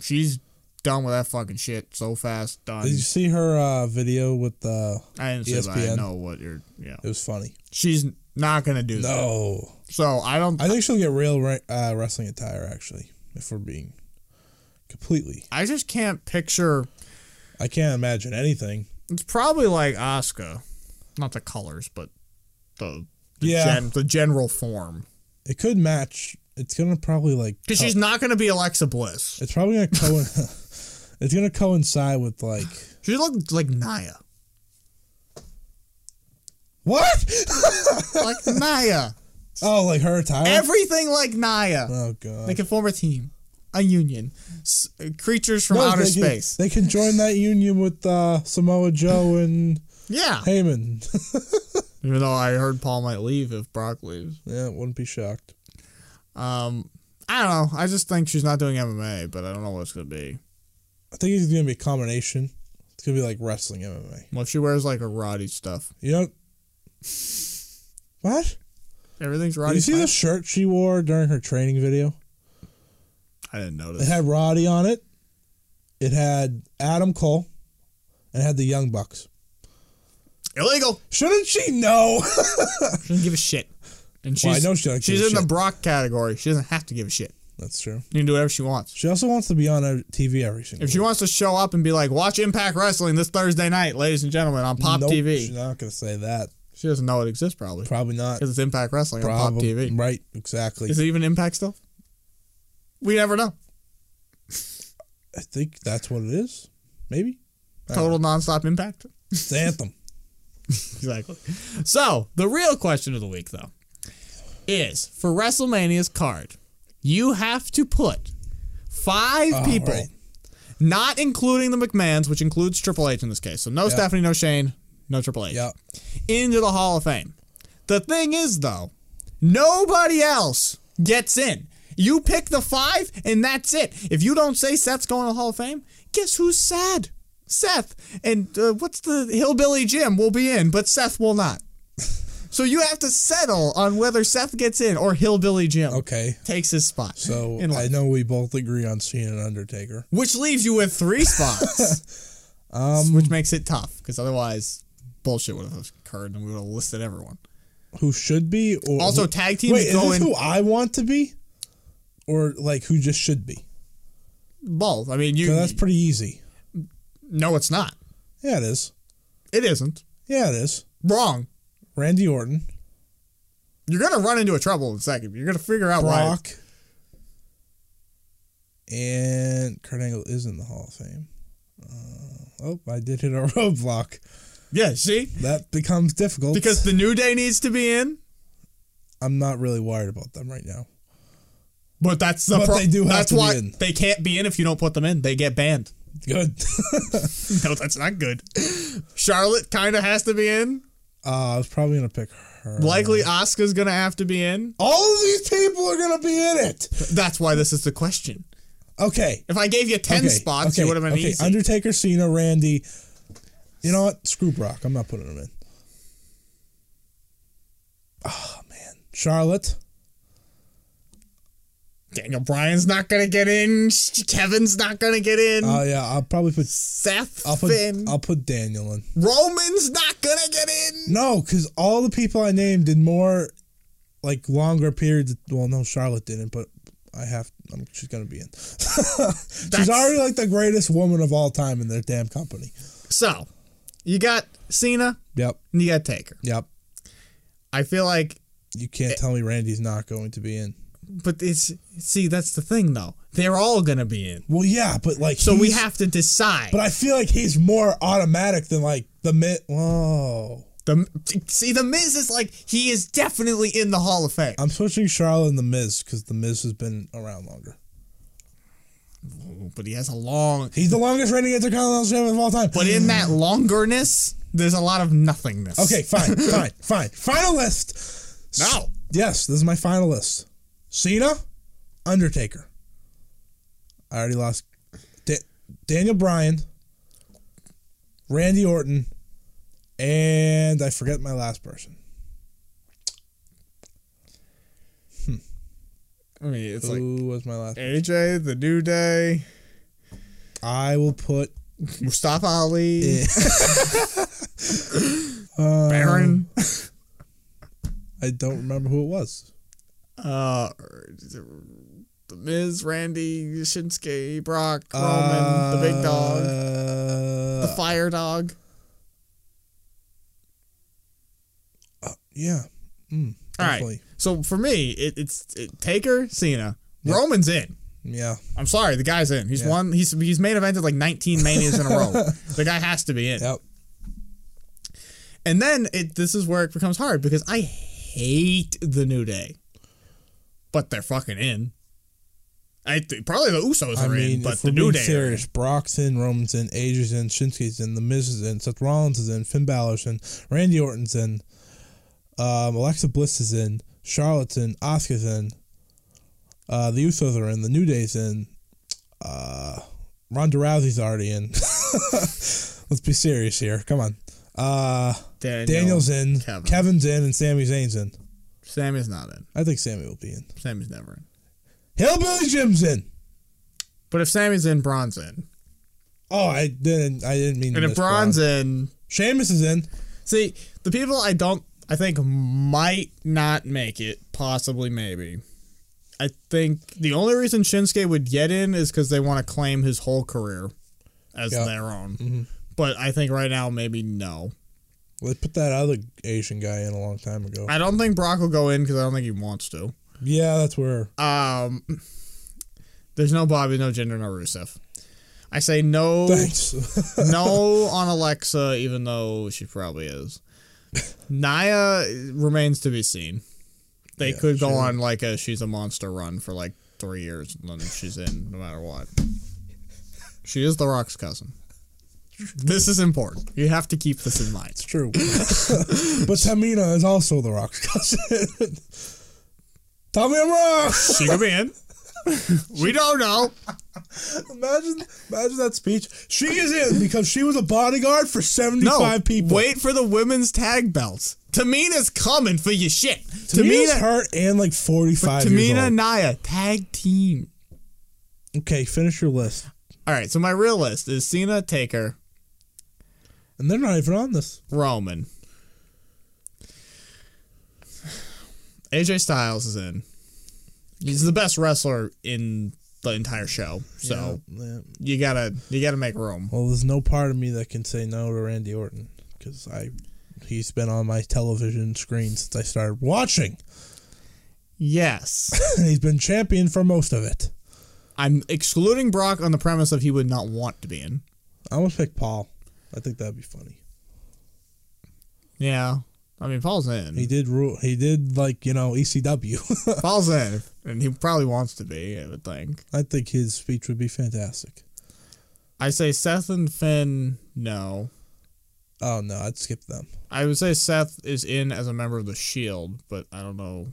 [SPEAKER 1] she's done with that fucking shit so fast. Done.
[SPEAKER 2] Did you see her uh, video with the?
[SPEAKER 1] I didn't see that. I
[SPEAKER 2] ESPN.
[SPEAKER 1] know what you're. Yeah,
[SPEAKER 2] It was funny.
[SPEAKER 1] she's not gonna do that.
[SPEAKER 2] No,
[SPEAKER 1] So I don't.
[SPEAKER 2] I think she'll get real re- uh, wrestling attire actually. If we're being completely,
[SPEAKER 1] I just can't picture.
[SPEAKER 2] I can't imagine anything.
[SPEAKER 1] It's probably like Asuka, not the colors, but the the,
[SPEAKER 2] Yeah.
[SPEAKER 1] gen, the general form.
[SPEAKER 2] It could match. It's gonna probably like.
[SPEAKER 1] Because she's
[SPEAKER 2] co-
[SPEAKER 1] not gonna be Alexa Bliss.
[SPEAKER 2] It's probably gonna coincide. it's gonna coincide with like
[SPEAKER 1] She looked like Naya,
[SPEAKER 2] what?
[SPEAKER 1] like Naya.
[SPEAKER 2] Oh, like her attire.
[SPEAKER 1] Everything like Naya.
[SPEAKER 2] oh god.
[SPEAKER 1] They can form a team, a union, S- creatures from
[SPEAKER 2] No,
[SPEAKER 1] outer
[SPEAKER 2] they can-
[SPEAKER 1] space.
[SPEAKER 2] they can join that union with uh, Samoa Joe and
[SPEAKER 1] Yeah.
[SPEAKER 2] Heyman.
[SPEAKER 1] Even though I heard Paul might leave if Brock leaves.
[SPEAKER 2] yeah, wouldn't be shocked.
[SPEAKER 1] Um, I don't know. I just think she's not doing MMA, but I don't know what it's gonna be.
[SPEAKER 2] I think it's gonna be a combination. It's gonna be like wrestling MMA.
[SPEAKER 1] Well, if she wears like a Roddy stuff,
[SPEAKER 2] You know what?
[SPEAKER 1] everything's
[SPEAKER 2] Did
[SPEAKER 1] Roddy.
[SPEAKER 2] you see the shirt she wore during her training video?
[SPEAKER 1] I didn't
[SPEAKER 2] It
[SPEAKER 1] notice.
[SPEAKER 2] had Roddy on it. It had Adam Cole, and it had the Young Bucks.
[SPEAKER 1] Illegal.
[SPEAKER 2] Shouldn't she know?
[SPEAKER 1] Doesn't give a shit. And she's
[SPEAKER 2] Well, I know she doesn't
[SPEAKER 1] she's
[SPEAKER 2] give a
[SPEAKER 1] in the
[SPEAKER 2] shit.
[SPEAKER 1] Brock category. She doesn't have to give a shit.
[SPEAKER 2] That's true.
[SPEAKER 1] She can do whatever she wants.
[SPEAKER 2] She also wants to be on uh, TV every single.
[SPEAKER 1] If she wants to show up and be like, "Watch Impact Wrestling this Thursday night, ladies and gentlemen, on Pop
[SPEAKER 2] Nope,
[SPEAKER 1] TV,"
[SPEAKER 2] She's not gonna say that.
[SPEAKER 1] she doesn't know it exists probably
[SPEAKER 2] Probably not.
[SPEAKER 1] because it's Impact Wrestling on Pop
[SPEAKER 2] Probably
[SPEAKER 1] TV.
[SPEAKER 2] right. Exactly.
[SPEAKER 1] Is it even Impact still? We never know.
[SPEAKER 2] I think that's what it is. Maybe I don't
[SPEAKER 1] Total nonstop impact.
[SPEAKER 2] it's Anthem.
[SPEAKER 1] exactly. So, the real question of the week, though, is for WrestleMania's card, you have to put five
[SPEAKER 2] Oh,
[SPEAKER 1] people,
[SPEAKER 2] right.
[SPEAKER 1] not including the McMahons, which includes Triple H in this case. So, no Stephanie, no Shane, no Triple H,
[SPEAKER 2] Yeah.
[SPEAKER 1] into the Hall of Fame. The thing is, though, nobody else gets in. You pick the five, and that's it. If you don't say Seth's going to the Hall of Fame, guess who's sad? Seth. And uh, what's the hillbilly Jim will be in, but Seth will not. so you have to settle on whether Seth gets in or hillbilly Jim
[SPEAKER 2] Okay.
[SPEAKER 1] takes his spot.
[SPEAKER 2] So
[SPEAKER 1] in
[SPEAKER 2] I
[SPEAKER 1] life.
[SPEAKER 2] know we both agree on Cena and Undertaker.
[SPEAKER 1] which leaves you with three spots, um, which makes it tough because otherwise, bullshit would have occurred and we would have listed everyone.
[SPEAKER 2] Who should be? Or
[SPEAKER 1] Also,
[SPEAKER 2] who-
[SPEAKER 1] tag teams
[SPEAKER 2] Wait,
[SPEAKER 1] go
[SPEAKER 2] is
[SPEAKER 1] in-
[SPEAKER 2] this who I want to be, or like who just should be?
[SPEAKER 1] both. I mean, you
[SPEAKER 2] 'Cause that's pretty easy.
[SPEAKER 1] no, it's not.
[SPEAKER 2] Yeah, it is.
[SPEAKER 1] It isn't
[SPEAKER 2] Yeah, it is.
[SPEAKER 1] wrong.
[SPEAKER 2] Randy Orton,
[SPEAKER 1] You're gonna run into a trouble in a second. You're gonna figure out why.
[SPEAKER 2] Brock, and Kurt Angle is in the Hall of Fame. Uh, oh, I did hit a roadblock.
[SPEAKER 1] Yeah, see,
[SPEAKER 2] That becomes difficult
[SPEAKER 1] because the New Day needs to be in,
[SPEAKER 2] I'm not really worried about them right now.
[SPEAKER 1] but that's the
[SPEAKER 2] But they do have
[SPEAKER 1] that's
[SPEAKER 2] to be
[SPEAKER 1] why
[SPEAKER 2] in.
[SPEAKER 1] they can't be in if you don't put them in. They get banned.
[SPEAKER 2] Good.
[SPEAKER 1] no, that's not good. Charlotte kind of has to be in.
[SPEAKER 2] uh, I was probably gonna pick her.
[SPEAKER 1] Likely,
[SPEAKER 2] Uh-huh.
[SPEAKER 1] Asuka's gonna have to be in.
[SPEAKER 2] all of these people are gonna be in it.
[SPEAKER 1] That's why this is the question.
[SPEAKER 2] Okay.
[SPEAKER 1] If I gave you ten
[SPEAKER 2] okay,
[SPEAKER 1] spots,
[SPEAKER 2] okay,
[SPEAKER 1] you would have been
[SPEAKER 2] okay.
[SPEAKER 1] easy.
[SPEAKER 2] Undertaker, Cena, Randy. You know what? Screw Brock. I'm not putting him in. Oh man, Charlotte.
[SPEAKER 1] Daniel Bryan's not gonna get in. Kevin's not gonna get in.
[SPEAKER 2] Oh yeah, I'll probably put.
[SPEAKER 1] Seth,
[SPEAKER 2] I'll put.
[SPEAKER 1] Hmm. Finn,
[SPEAKER 2] I'll put Daniel in.
[SPEAKER 1] Roman's not gonna get in.
[SPEAKER 2] No, because all the people I named in more, like longer periods. Well, no, Charlotte didn't, but I have. i she's gonna be in. she's
[SPEAKER 1] That's-
[SPEAKER 2] already like the greatest woman of all time in their damn company.
[SPEAKER 1] So, you got Cena
[SPEAKER 2] Yep.
[SPEAKER 1] and you got Taker.
[SPEAKER 2] Yep.
[SPEAKER 1] I feel like,
[SPEAKER 2] You
[SPEAKER 1] Eh.
[SPEAKER 2] can't tell me Randy's not going to be in.
[SPEAKER 1] but it's see that's the thing though. They're all gonna be in,
[SPEAKER 2] Well, yeah, but like.
[SPEAKER 1] so we
[SPEAKER 2] he's-
[SPEAKER 1] have to decide.
[SPEAKER 2] But I feel like he's more automatic than like the mid. Whoa.
[SPEAKER 1] the see the Miz is like he is definitely in the Hall of Fame.
[SPEAKER 2] I'm switching Charlotte and the Miz because the Miz has been around longer.
[SPEAKER 1] Oh, But he has a long.
[SPEAKER 2] He's the longest reigning Intercontinental Champion of all time.
[SPEAKER 1] But in that longerness, there's a lot of nothingness.
[SPEAKER 2] okay, fine, fine, fine. Final list.
[SPEAKER 1] No.
[SPEAKER 2] Yes, this is my final list. Cena, Undertaker. I already lost. Da- Daniel Bryan, Randy Orton, and I forget my last person.
[SPEAKER 1] I mean, it's like
[SPEAKER 2] Who was my last?
[SPEAKER 1] AJ, the New Day,
[SPEAKER 2] I will put
[SPEAKER 1] Mustafa Ali,
[SPEAKER 2] Eh. um,
[SPEAKER 1] Baron.
[SPEAKER 2] Uh, I don't remember who it was.
[SPEAKER 1] uh, the Miz, Randy, Shinsuke, Brock, Roman, the Big Dog, the
[SPEAKER 2] Uh,
[SPEAKER 1] Fire Dog.
[SPEAKER 2] Uh, yeah. Mm,
[SPEAKER 1] All right.
[SPEAKER 2] definitely.
[SPEAKER 1] So for me, it, it's it, Taker, Cena, Roman's in.
[SPEAKER 2] Yeah.
[SPEAKER 1] I'm sorry, the guy's in. He's
[SPEAKER 2] Yeah.
[SPEAKER 1] won. He's he's main evented like 19 manias in a row. The guy has to be in.
[SPEAKER 2] Yep.
[SPEAKER 1] And then it this is where it becomes hard because I hate the New Day, but they're fucking in. I th- probably the Usos
[SPEAKER 2] I
[SPEAKER 1] are
[SPEAKER 2] mean,
[SPEAKER 1] in, but
[SPEAKER 2] if we're
[SPEAKER 1] the New
[SPEAKER 2] being
[SPEAKER 1] Day. are in.
[SPEAKER 2] serious, Brock's in, Roman's in, Age is in, Shinsuke's in, The Miz is in, Seth Rollins is in, Finn Balor's in, Randy Orton's in, um, Alexa Bliss is in, Charlotte's in, Asuka's in, uh, the Usos are in, The New Day's in, uh, Ronda Rousey's already in. Let's be serious here. Come on. Uh,
[SPEAKER 1] Daniel,
[SPEAKER 2] Daniel's in,
[SPEAKER 1] Kevin.
[SPEAKER 2] Kevin's in, and Sami Zayn's in.
[SPEAKER 1] Sammy's not in.
[SPEAKER 2] I think Sammy will be in.
[SPEAKER 1] Sammy's never in.
[SPEAKER 2] Hillbilly Jim's in.
[SPEAKER 1] But if Sammy's in, Braun's in.
[SPEAKER 2] Oh, I didn't. I didn't mean. to
[SPEAKER 1] And if
[SPEAKER 2] miss
[SPEAKER 1] Braun's
[SPEAKER 2] Braun.
[SPEAKER 1] in,
[SPEAKER 2] Sheamus is in.
[SPEAKER 1] See, the people I don't, I think might not make it, possibly, maybe. I think the only reason Shinsuke would get in is because they want to claim his whole career as
[SPEAKER 2] Yeah. Mm-hmm.
[SPEAKER 1] their own. But I think right now, maybe no.
[SPEAKER 2] Well, they put that other Asian guy in a long time ago.
[SPEAKER 1] I don't think Brock will go in because I don't think he wants to.
[SPEAKER 2] yeah, that's where.
[SPEAKER 1] Um, there's no Bobby, no Jinder, no Rusev. I say no,
[SPEAKER 2] Thanks.
[SPEAKER 1] no on Alexa, even though she probably is. Naya remains to be seen. They
[SPEAKER 2] Yeah,
[SPEAKER 1] could go
[SPEAKER 2] sure.
[SPEAKER 1] on like a she's a monster run for like three years, and then she's in no matter what. She is The Rock's cousin. This is important. You have to keep this in mind.
[SPEAKER 2] It's true. but Tamina is also The Rock's cousin. Tell me I'm wrong.
[SPEAKER 1] She could be in. We don't know.
[SPEAKER 2] Imagine, imagine that speech. She is in because she was a bodyguard for seventy-five people.
[SPEAKER 1] Wait for the women's tag belts. Tamina's coming for your shit.
[SPEAKER 2] Tamina's
[SPEAKER 1] Tamina,
[SPEAKER 2] hurt and like forty-five. years
[SPEAKER 1] Tamina,
[SPEAKER 2] old.
[SPEAKER 1] Naya, tag team.
[SPEAKER 2] Okay, finish your list.
[SPEAKER 1] All right, so my real list is Cena, Taker,
[SPEAKER 2] And they're not even on this.
[SPEAKER 1] Roman. AJ Styles is in. He's the best wrestler in the entire show, so
[SPEAKER 2] Yeah.
[SPEAKER 1] you gotta you gotta make room.
[SPEAKER 2] Well, there's no part of me that can say no to Randy Orton because I, he's been on my television screen since I started watching.
[SPEAKER 1] Yes,
[SPEAKER 2] he's been champion for most of it.
[SPEAKER 1] I'm excluding Brock on the premise of he would not want to be in.
[SPEAKER 2] I almost picked Paul. I think that'd be funny.
[SPEAKER 1] Yeah, I mean Paul's in.
[SPEAKER 2] He did rule. He did like you know E ECW.
[SPEAKER 1] falls in, and he probably wants to be. I would think.
[SPEAKER 2] I think his speech would be fantastic.
[SPEAKER 1] I say Seth and Finn. No,
[SPEAKER 2] Oh no, I'd skip them.
[SPEAKER 1] I would say Seth is in as a member of the Shield, but I don't know.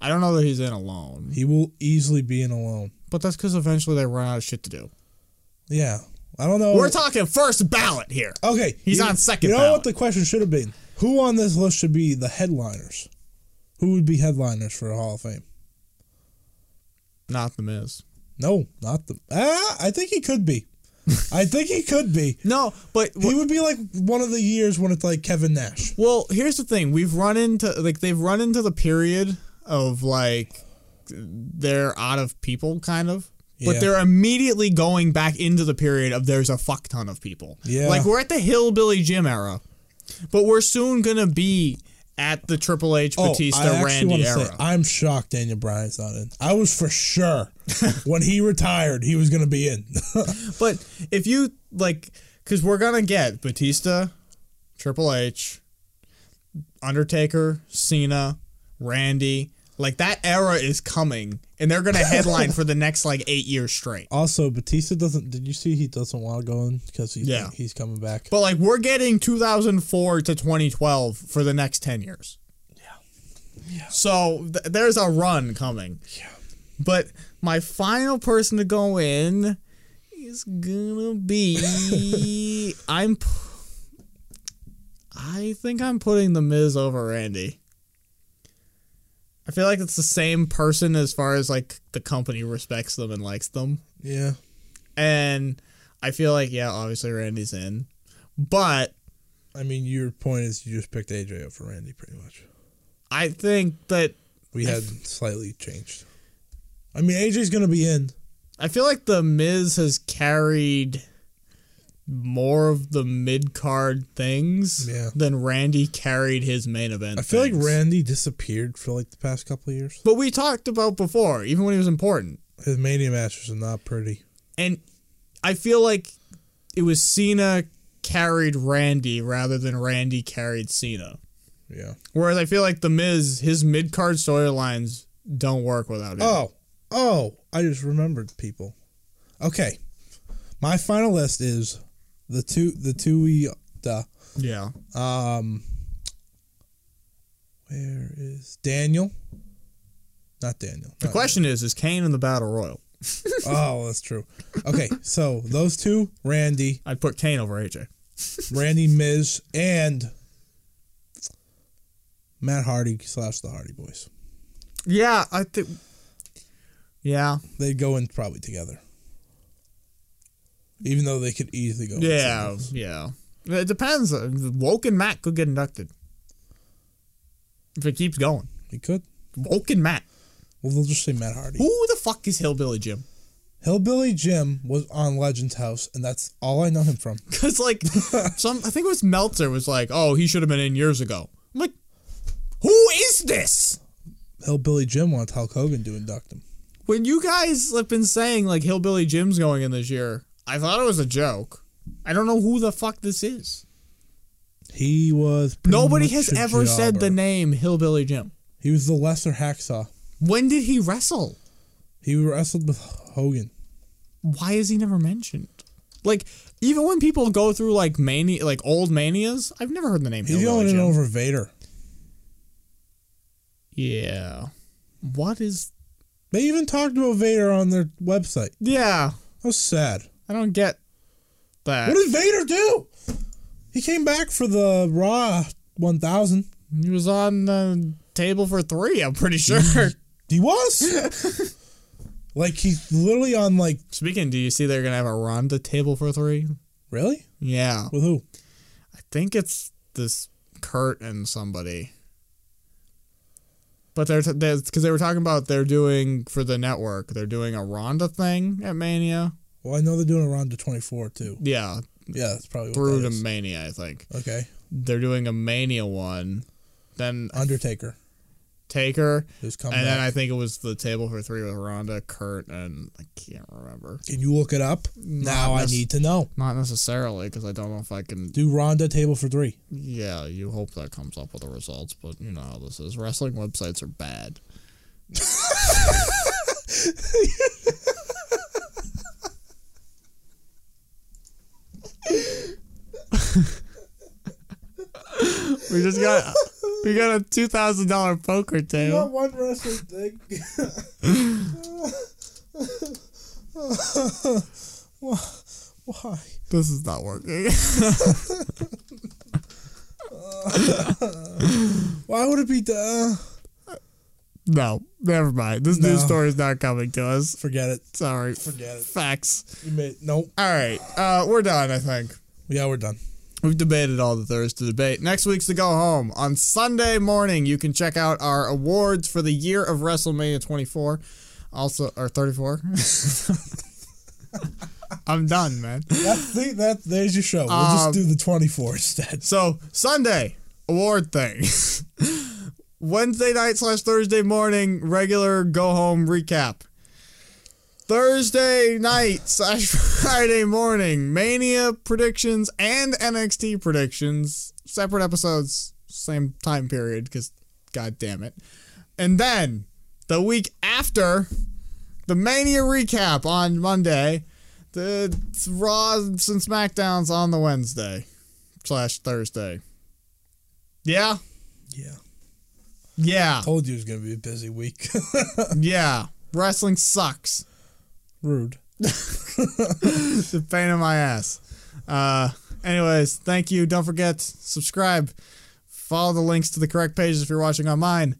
[SPEAKER 1] I don't know that he's in alone.
[SPEAKER 2] He will easily be in alone.
[SPEAKER 1] But that's because eventually they run out of shit to do.
[SPEAKER 2] Yeah, I don't know.
[SPEAKER 1] We're talking first ballot here.
[SPEAKER 2] okay,
[SPEAKER 1] He's
[SPEAKER 2] you-
[SPEAKER 1] on second
[SPEAKER 2] You know
[SPEAKER 1] ballot.
[SPEAKER 2] what the question should have been? Who on this list should be the headliners? Who would be headliners for a Hall of Fame?
[SPEAKER 1] Not the Miz.
[SPEAKER 2] No, not the. Ah, I think he could be. I think he could be.
[SPEAKER 1] No, but
[SPEAKER 2] He would be like one of the years when it's like Kevin Nash.
[SPEAKER 1] Well, here's the thing: we've run into like they've run into the period of like they're out of people, kind of.
[SPEAKER 2] Yeah.
[SPEAKER 1] But they're immediately going back into the period of there's a fuck ton of people.
[SPEAKER 2] Yeah.
[SPEAKER 1] Like we're at the hillbilly Jim era, but we're soon gonna be at the Triple H Batista
[SPEAKER 2] Oh, I actually
[SPEAKER 1] Randy
[SPEAKER 2] wanna
[SPEAKER 1] era.
[SPEAKER 2] Say, I'm shocked Daniel Bryan's not in. I was for sure when he retired he was going to be in.
[SPEAKER 1] But if you like, because we're gonna get Batista, Triple H, Undertaker, Cena, Randy. Like that era is coming, and they're gonna headline for the next like eight years straight.
[SPEAKER 2] also, Batista doesn't. Did you see he doesn't want to go in because he's
[SPEAKER 1] Yeah.
[SPEAKER 2] he's coming back.
[SPEAKER 1] But like we're getting 2004 to 2012 for the next 10 years. Yeah. So th- there's a run coming.
[SPEAKER 2] Yeah.
[SPEAKER 1] But my final person to go in is gonna be I'm p- I think I'm putting the Miz over Randy. I feel like it's the same person as far as like the company respects them and likes them.
[SPEAKER 2] Yeah,
[SPEAKER 1] And I feel like yeah, obviously Randy's in. But
[SPEAKER 2] I mean your point is you just picked AJ up for Randy pretty much.
[SPEAKER 1] I think that
[SPEAKER 2] We had slightly changed. I mean AJ's going to be in.
[SPEAKER 1] I feel like the Miz has carried more of the mid card things
[SPEAKER 2] Yeah.
[SPEAKER 1] than Randy carried his main event.
[SPEAKER 2] I feel like
[SPEAKER 1] things.
[SPEAKER 2] Randy disappeared for like the past couple of years.
[SPEAKER 1] But we talked about before, even when he was important.
[SPEAKER 2] His mania matches are not pretty.
[SPEAKER 1] And I feel like it was Cena carried Randy rather than Randy carried Cena.
[SPEAKER 2] Yeah.
[SPEAKER 1] Whereas I feel like the Miz, his mid card storylines don't work without him.
[SPEAKER 2] Oh, oh, I just remembered people. Okay. My final list is the two the two we the
[SPEAKER 1] Yeah.
[SPEAKER 2] um where is Daniel? Not Daniel.
[SPEAKER 1] The
[SPEAKER 2] not-
[SPEAKER 1] question is, is Kane in the Battle Royal?
[SPEAKER 2] Oh, that's true. Okay, so those two, Randy,
[SPEAKER 1] I'd put Kane over AJ.
[SPEAKER 2] Randy Miz, and Matt Hardy slash the Hardy Boys.
[SPEAKER 1] Yeah, I think. Yeah,
[SPEAKER 2] They'd go in probably together. Even though they could easily go. in
[SPEAKER 1] yeah,
[SPEAKER 2] singles.
[SPEAKER 1] yeah. It depends. Uh, Woke and Matt could get inducted if it keeps going.
[SPEAKER 2] He could.
[SPEAKER 1] Woke and Matt.
[SPEAKER 2] Well, they'll just say Matt Hardy.
[SPEAKER 1] Who the fuck is Hillbilly Jim?
[SPEAKER 2] Hillbilly Jim was on Legends House, and that's all I know him from.
[SPEAKER 1] Because like some, I think it was Meltzer was like, "Oh, he should have been in years ago." I'm like, "Who is this?"
[SPEAKER 2] Hillbilly Jim wants Hulk Hogan to induct him.
[SPEAKER 1] When you guys have been saying like Hillbilly Jim's going in this year, I thought it was a joke. I don't know who the fuck this is.
[SPEAKER 2] He was. pretty
[SPEAKER 1] Nobody
[SPEAKER 2] much
[SPEAKER 1] has
[SPEAKER 2] a
[SPEAKER 1] ever said the
[SPEAKER 2] jobber.
[SPEAKER 1] name Hillbilly Jim.
[SPEAKER 2] He was the lesser hacksaw.
[SPEAKER 1] When did he wrestle?
[SPEAKER 2] He wrestled with Hogan.
[SPEAKER 1] Why is he never mentioned? Like even when people go through like mania, like old manias, I've never heard the name
[SPEAKER 2] He's
[SPEAKER 1] Hillbilly
[SPEAKER 2] going in
[SPEAKER 1] Jim.
[SPEAKER 2] over Vader.
[SPEAKER 1] Yeah. What is?
[SPEAKER 2] They even talked about Vader on their website.
[SPEAKER 1] Yeah,
[SPEAKER 2] That was sad.
[SPEAKER 1] I don't get that.
[SPEAKER 2] What did Vader do? He came back for the Raw 1000.
[SPEAKER 1] He was on the table for three, I'm pretty sure.
[SPEAKER 2] He was. like, he's literally on, like,
[SPEAKER 1] Speaking, do you see they're going to have a Ronda table for three?
[SPEAKER 2] really?
[SPEAKER 1] Yeah.
[SPEAKER 2] With who?
[SPEAKER 1] I think it's this Kurt and somebody. But they're, because they were talking about they're doing for the network, they're doing a Ronda thing at Mania.
[SPEAKER 2] Well, I know they're doing a Ronda 24, too.
[SPEAKER 1] Yeah,
[SPEAKER 2] Yeah, that's probably what
[SPEAKER 1] through
[SPEAKER 2] that
[SPEAKER 1] to
[SPEAKER 2] is.
[SPEAKER 1] Mania, I think.
[SPEAKER 2] Okay.
[SPEAKER 1] They're doing a Mania one, then
[SPEAKER 2] Undertaker,
[SPEAKER 1] Taker,
[SPEAKER 2] who's coming
[SPEAKER 1] and then I
[SPEAKER 2] back.
[SPEAKER 1] think it was the table for three with Ronda, Kurt, and I can't remember.
[SPEAKER 2] Can you look it up? Now I
[SPEAKER 1] that's-
[SPEAKER 2] need to know.
[SPEAKER 1] Not necessarily, because I don't know if I can
[SPEAKER 2] Do Ronda table for three.
[SPEAKER 1] Yeah, you hope that comes up with the results, but you know how this is. Wrestling websites are bad. we just got we got a two thousand dollar poker table.
[SPEAKER 2] one wrestling thing. Why?
[SPEAKER 1] This is not working.
[SPEAKER 2] Why would it be the? uh,
[SPEAKER 1] no, never mind. This news
[SPEAKER 2] No.
[SPEAKER 1] story is not coming to us.
[SPEAKER 2] Forget it.
[SPEAKER 1] Sorry.
[SPEAKER 2] Forget it.
[SPEAKER 1] Facts.
[SPEAKER 2] You made nope.
[SPEAKER 1] All right, uh, we're done. I think.
[SPEAKER 2] Yeah, we're done.
[SPEAKER 1] We've debated all the there's to debate. Next week's the go home. On Sunday morning, you can check out our awards for the year of WrestleMania 24. Also, or 34. I'm done, man.
[SPEAKER 2] That's the, that. There's your show. We'll
[SPEAKER 1] Um,
[SPEAKER 2] just do the 24 instead.
[SPEAKER 1] So, Sunday, award thing. Wednesday night slash Thursday morning, regular go home recap. Thursday night slash Friday morning, Mania predictions and NXT predictions. Separate episodes, same time period, because god damn it. And then the week after, the Mania recap on Monday, the Raws and SmackDowns on the Wednesday slash Thursday. Yeah,
[SPEAKER 2] Yeah.
[SPEAKER 1] yeah,
[SPEAKER 2] Told you it was gonna be a busy week.
[SPEAKER 1] yeah. Wrestling sucks.
[SPEAKER 2] Rude.
[SPEAKER 1] the pain in my ass. Uh, anyways, thank you. Don't forget subscribe. Follow the links to the correct pages if you're watching on mine.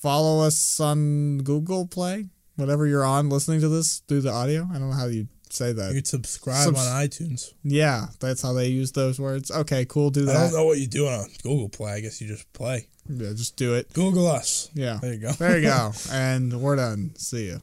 [SPEAKER 1] Follow us on Google Play, whatever you're on listening to this through the audio. I don't know how you say
[SPEAKER 2] You
[SPEAKER 1] that.
[SPEAKER 2] could subscribe
[SPEAKER 1] Subs-
[SPEAKER 2] on iTunes.
[SPEAKER 1] Yeah, that's how they use those words. Okay, cool. Do
[SPEAKER 2] I don't
[SPEAKER 1] that.
[SPEAKER 2] know what you're doing on Google Play. I guess you just play.
[SPEAKER 1] Yeah, just do it.
[SPEAKER 2] Google us.
[SPEAKER 1] Yeah.
[SPEAKER 2] There you go.
[SPEAKER 1] There you go. And we're done. See you.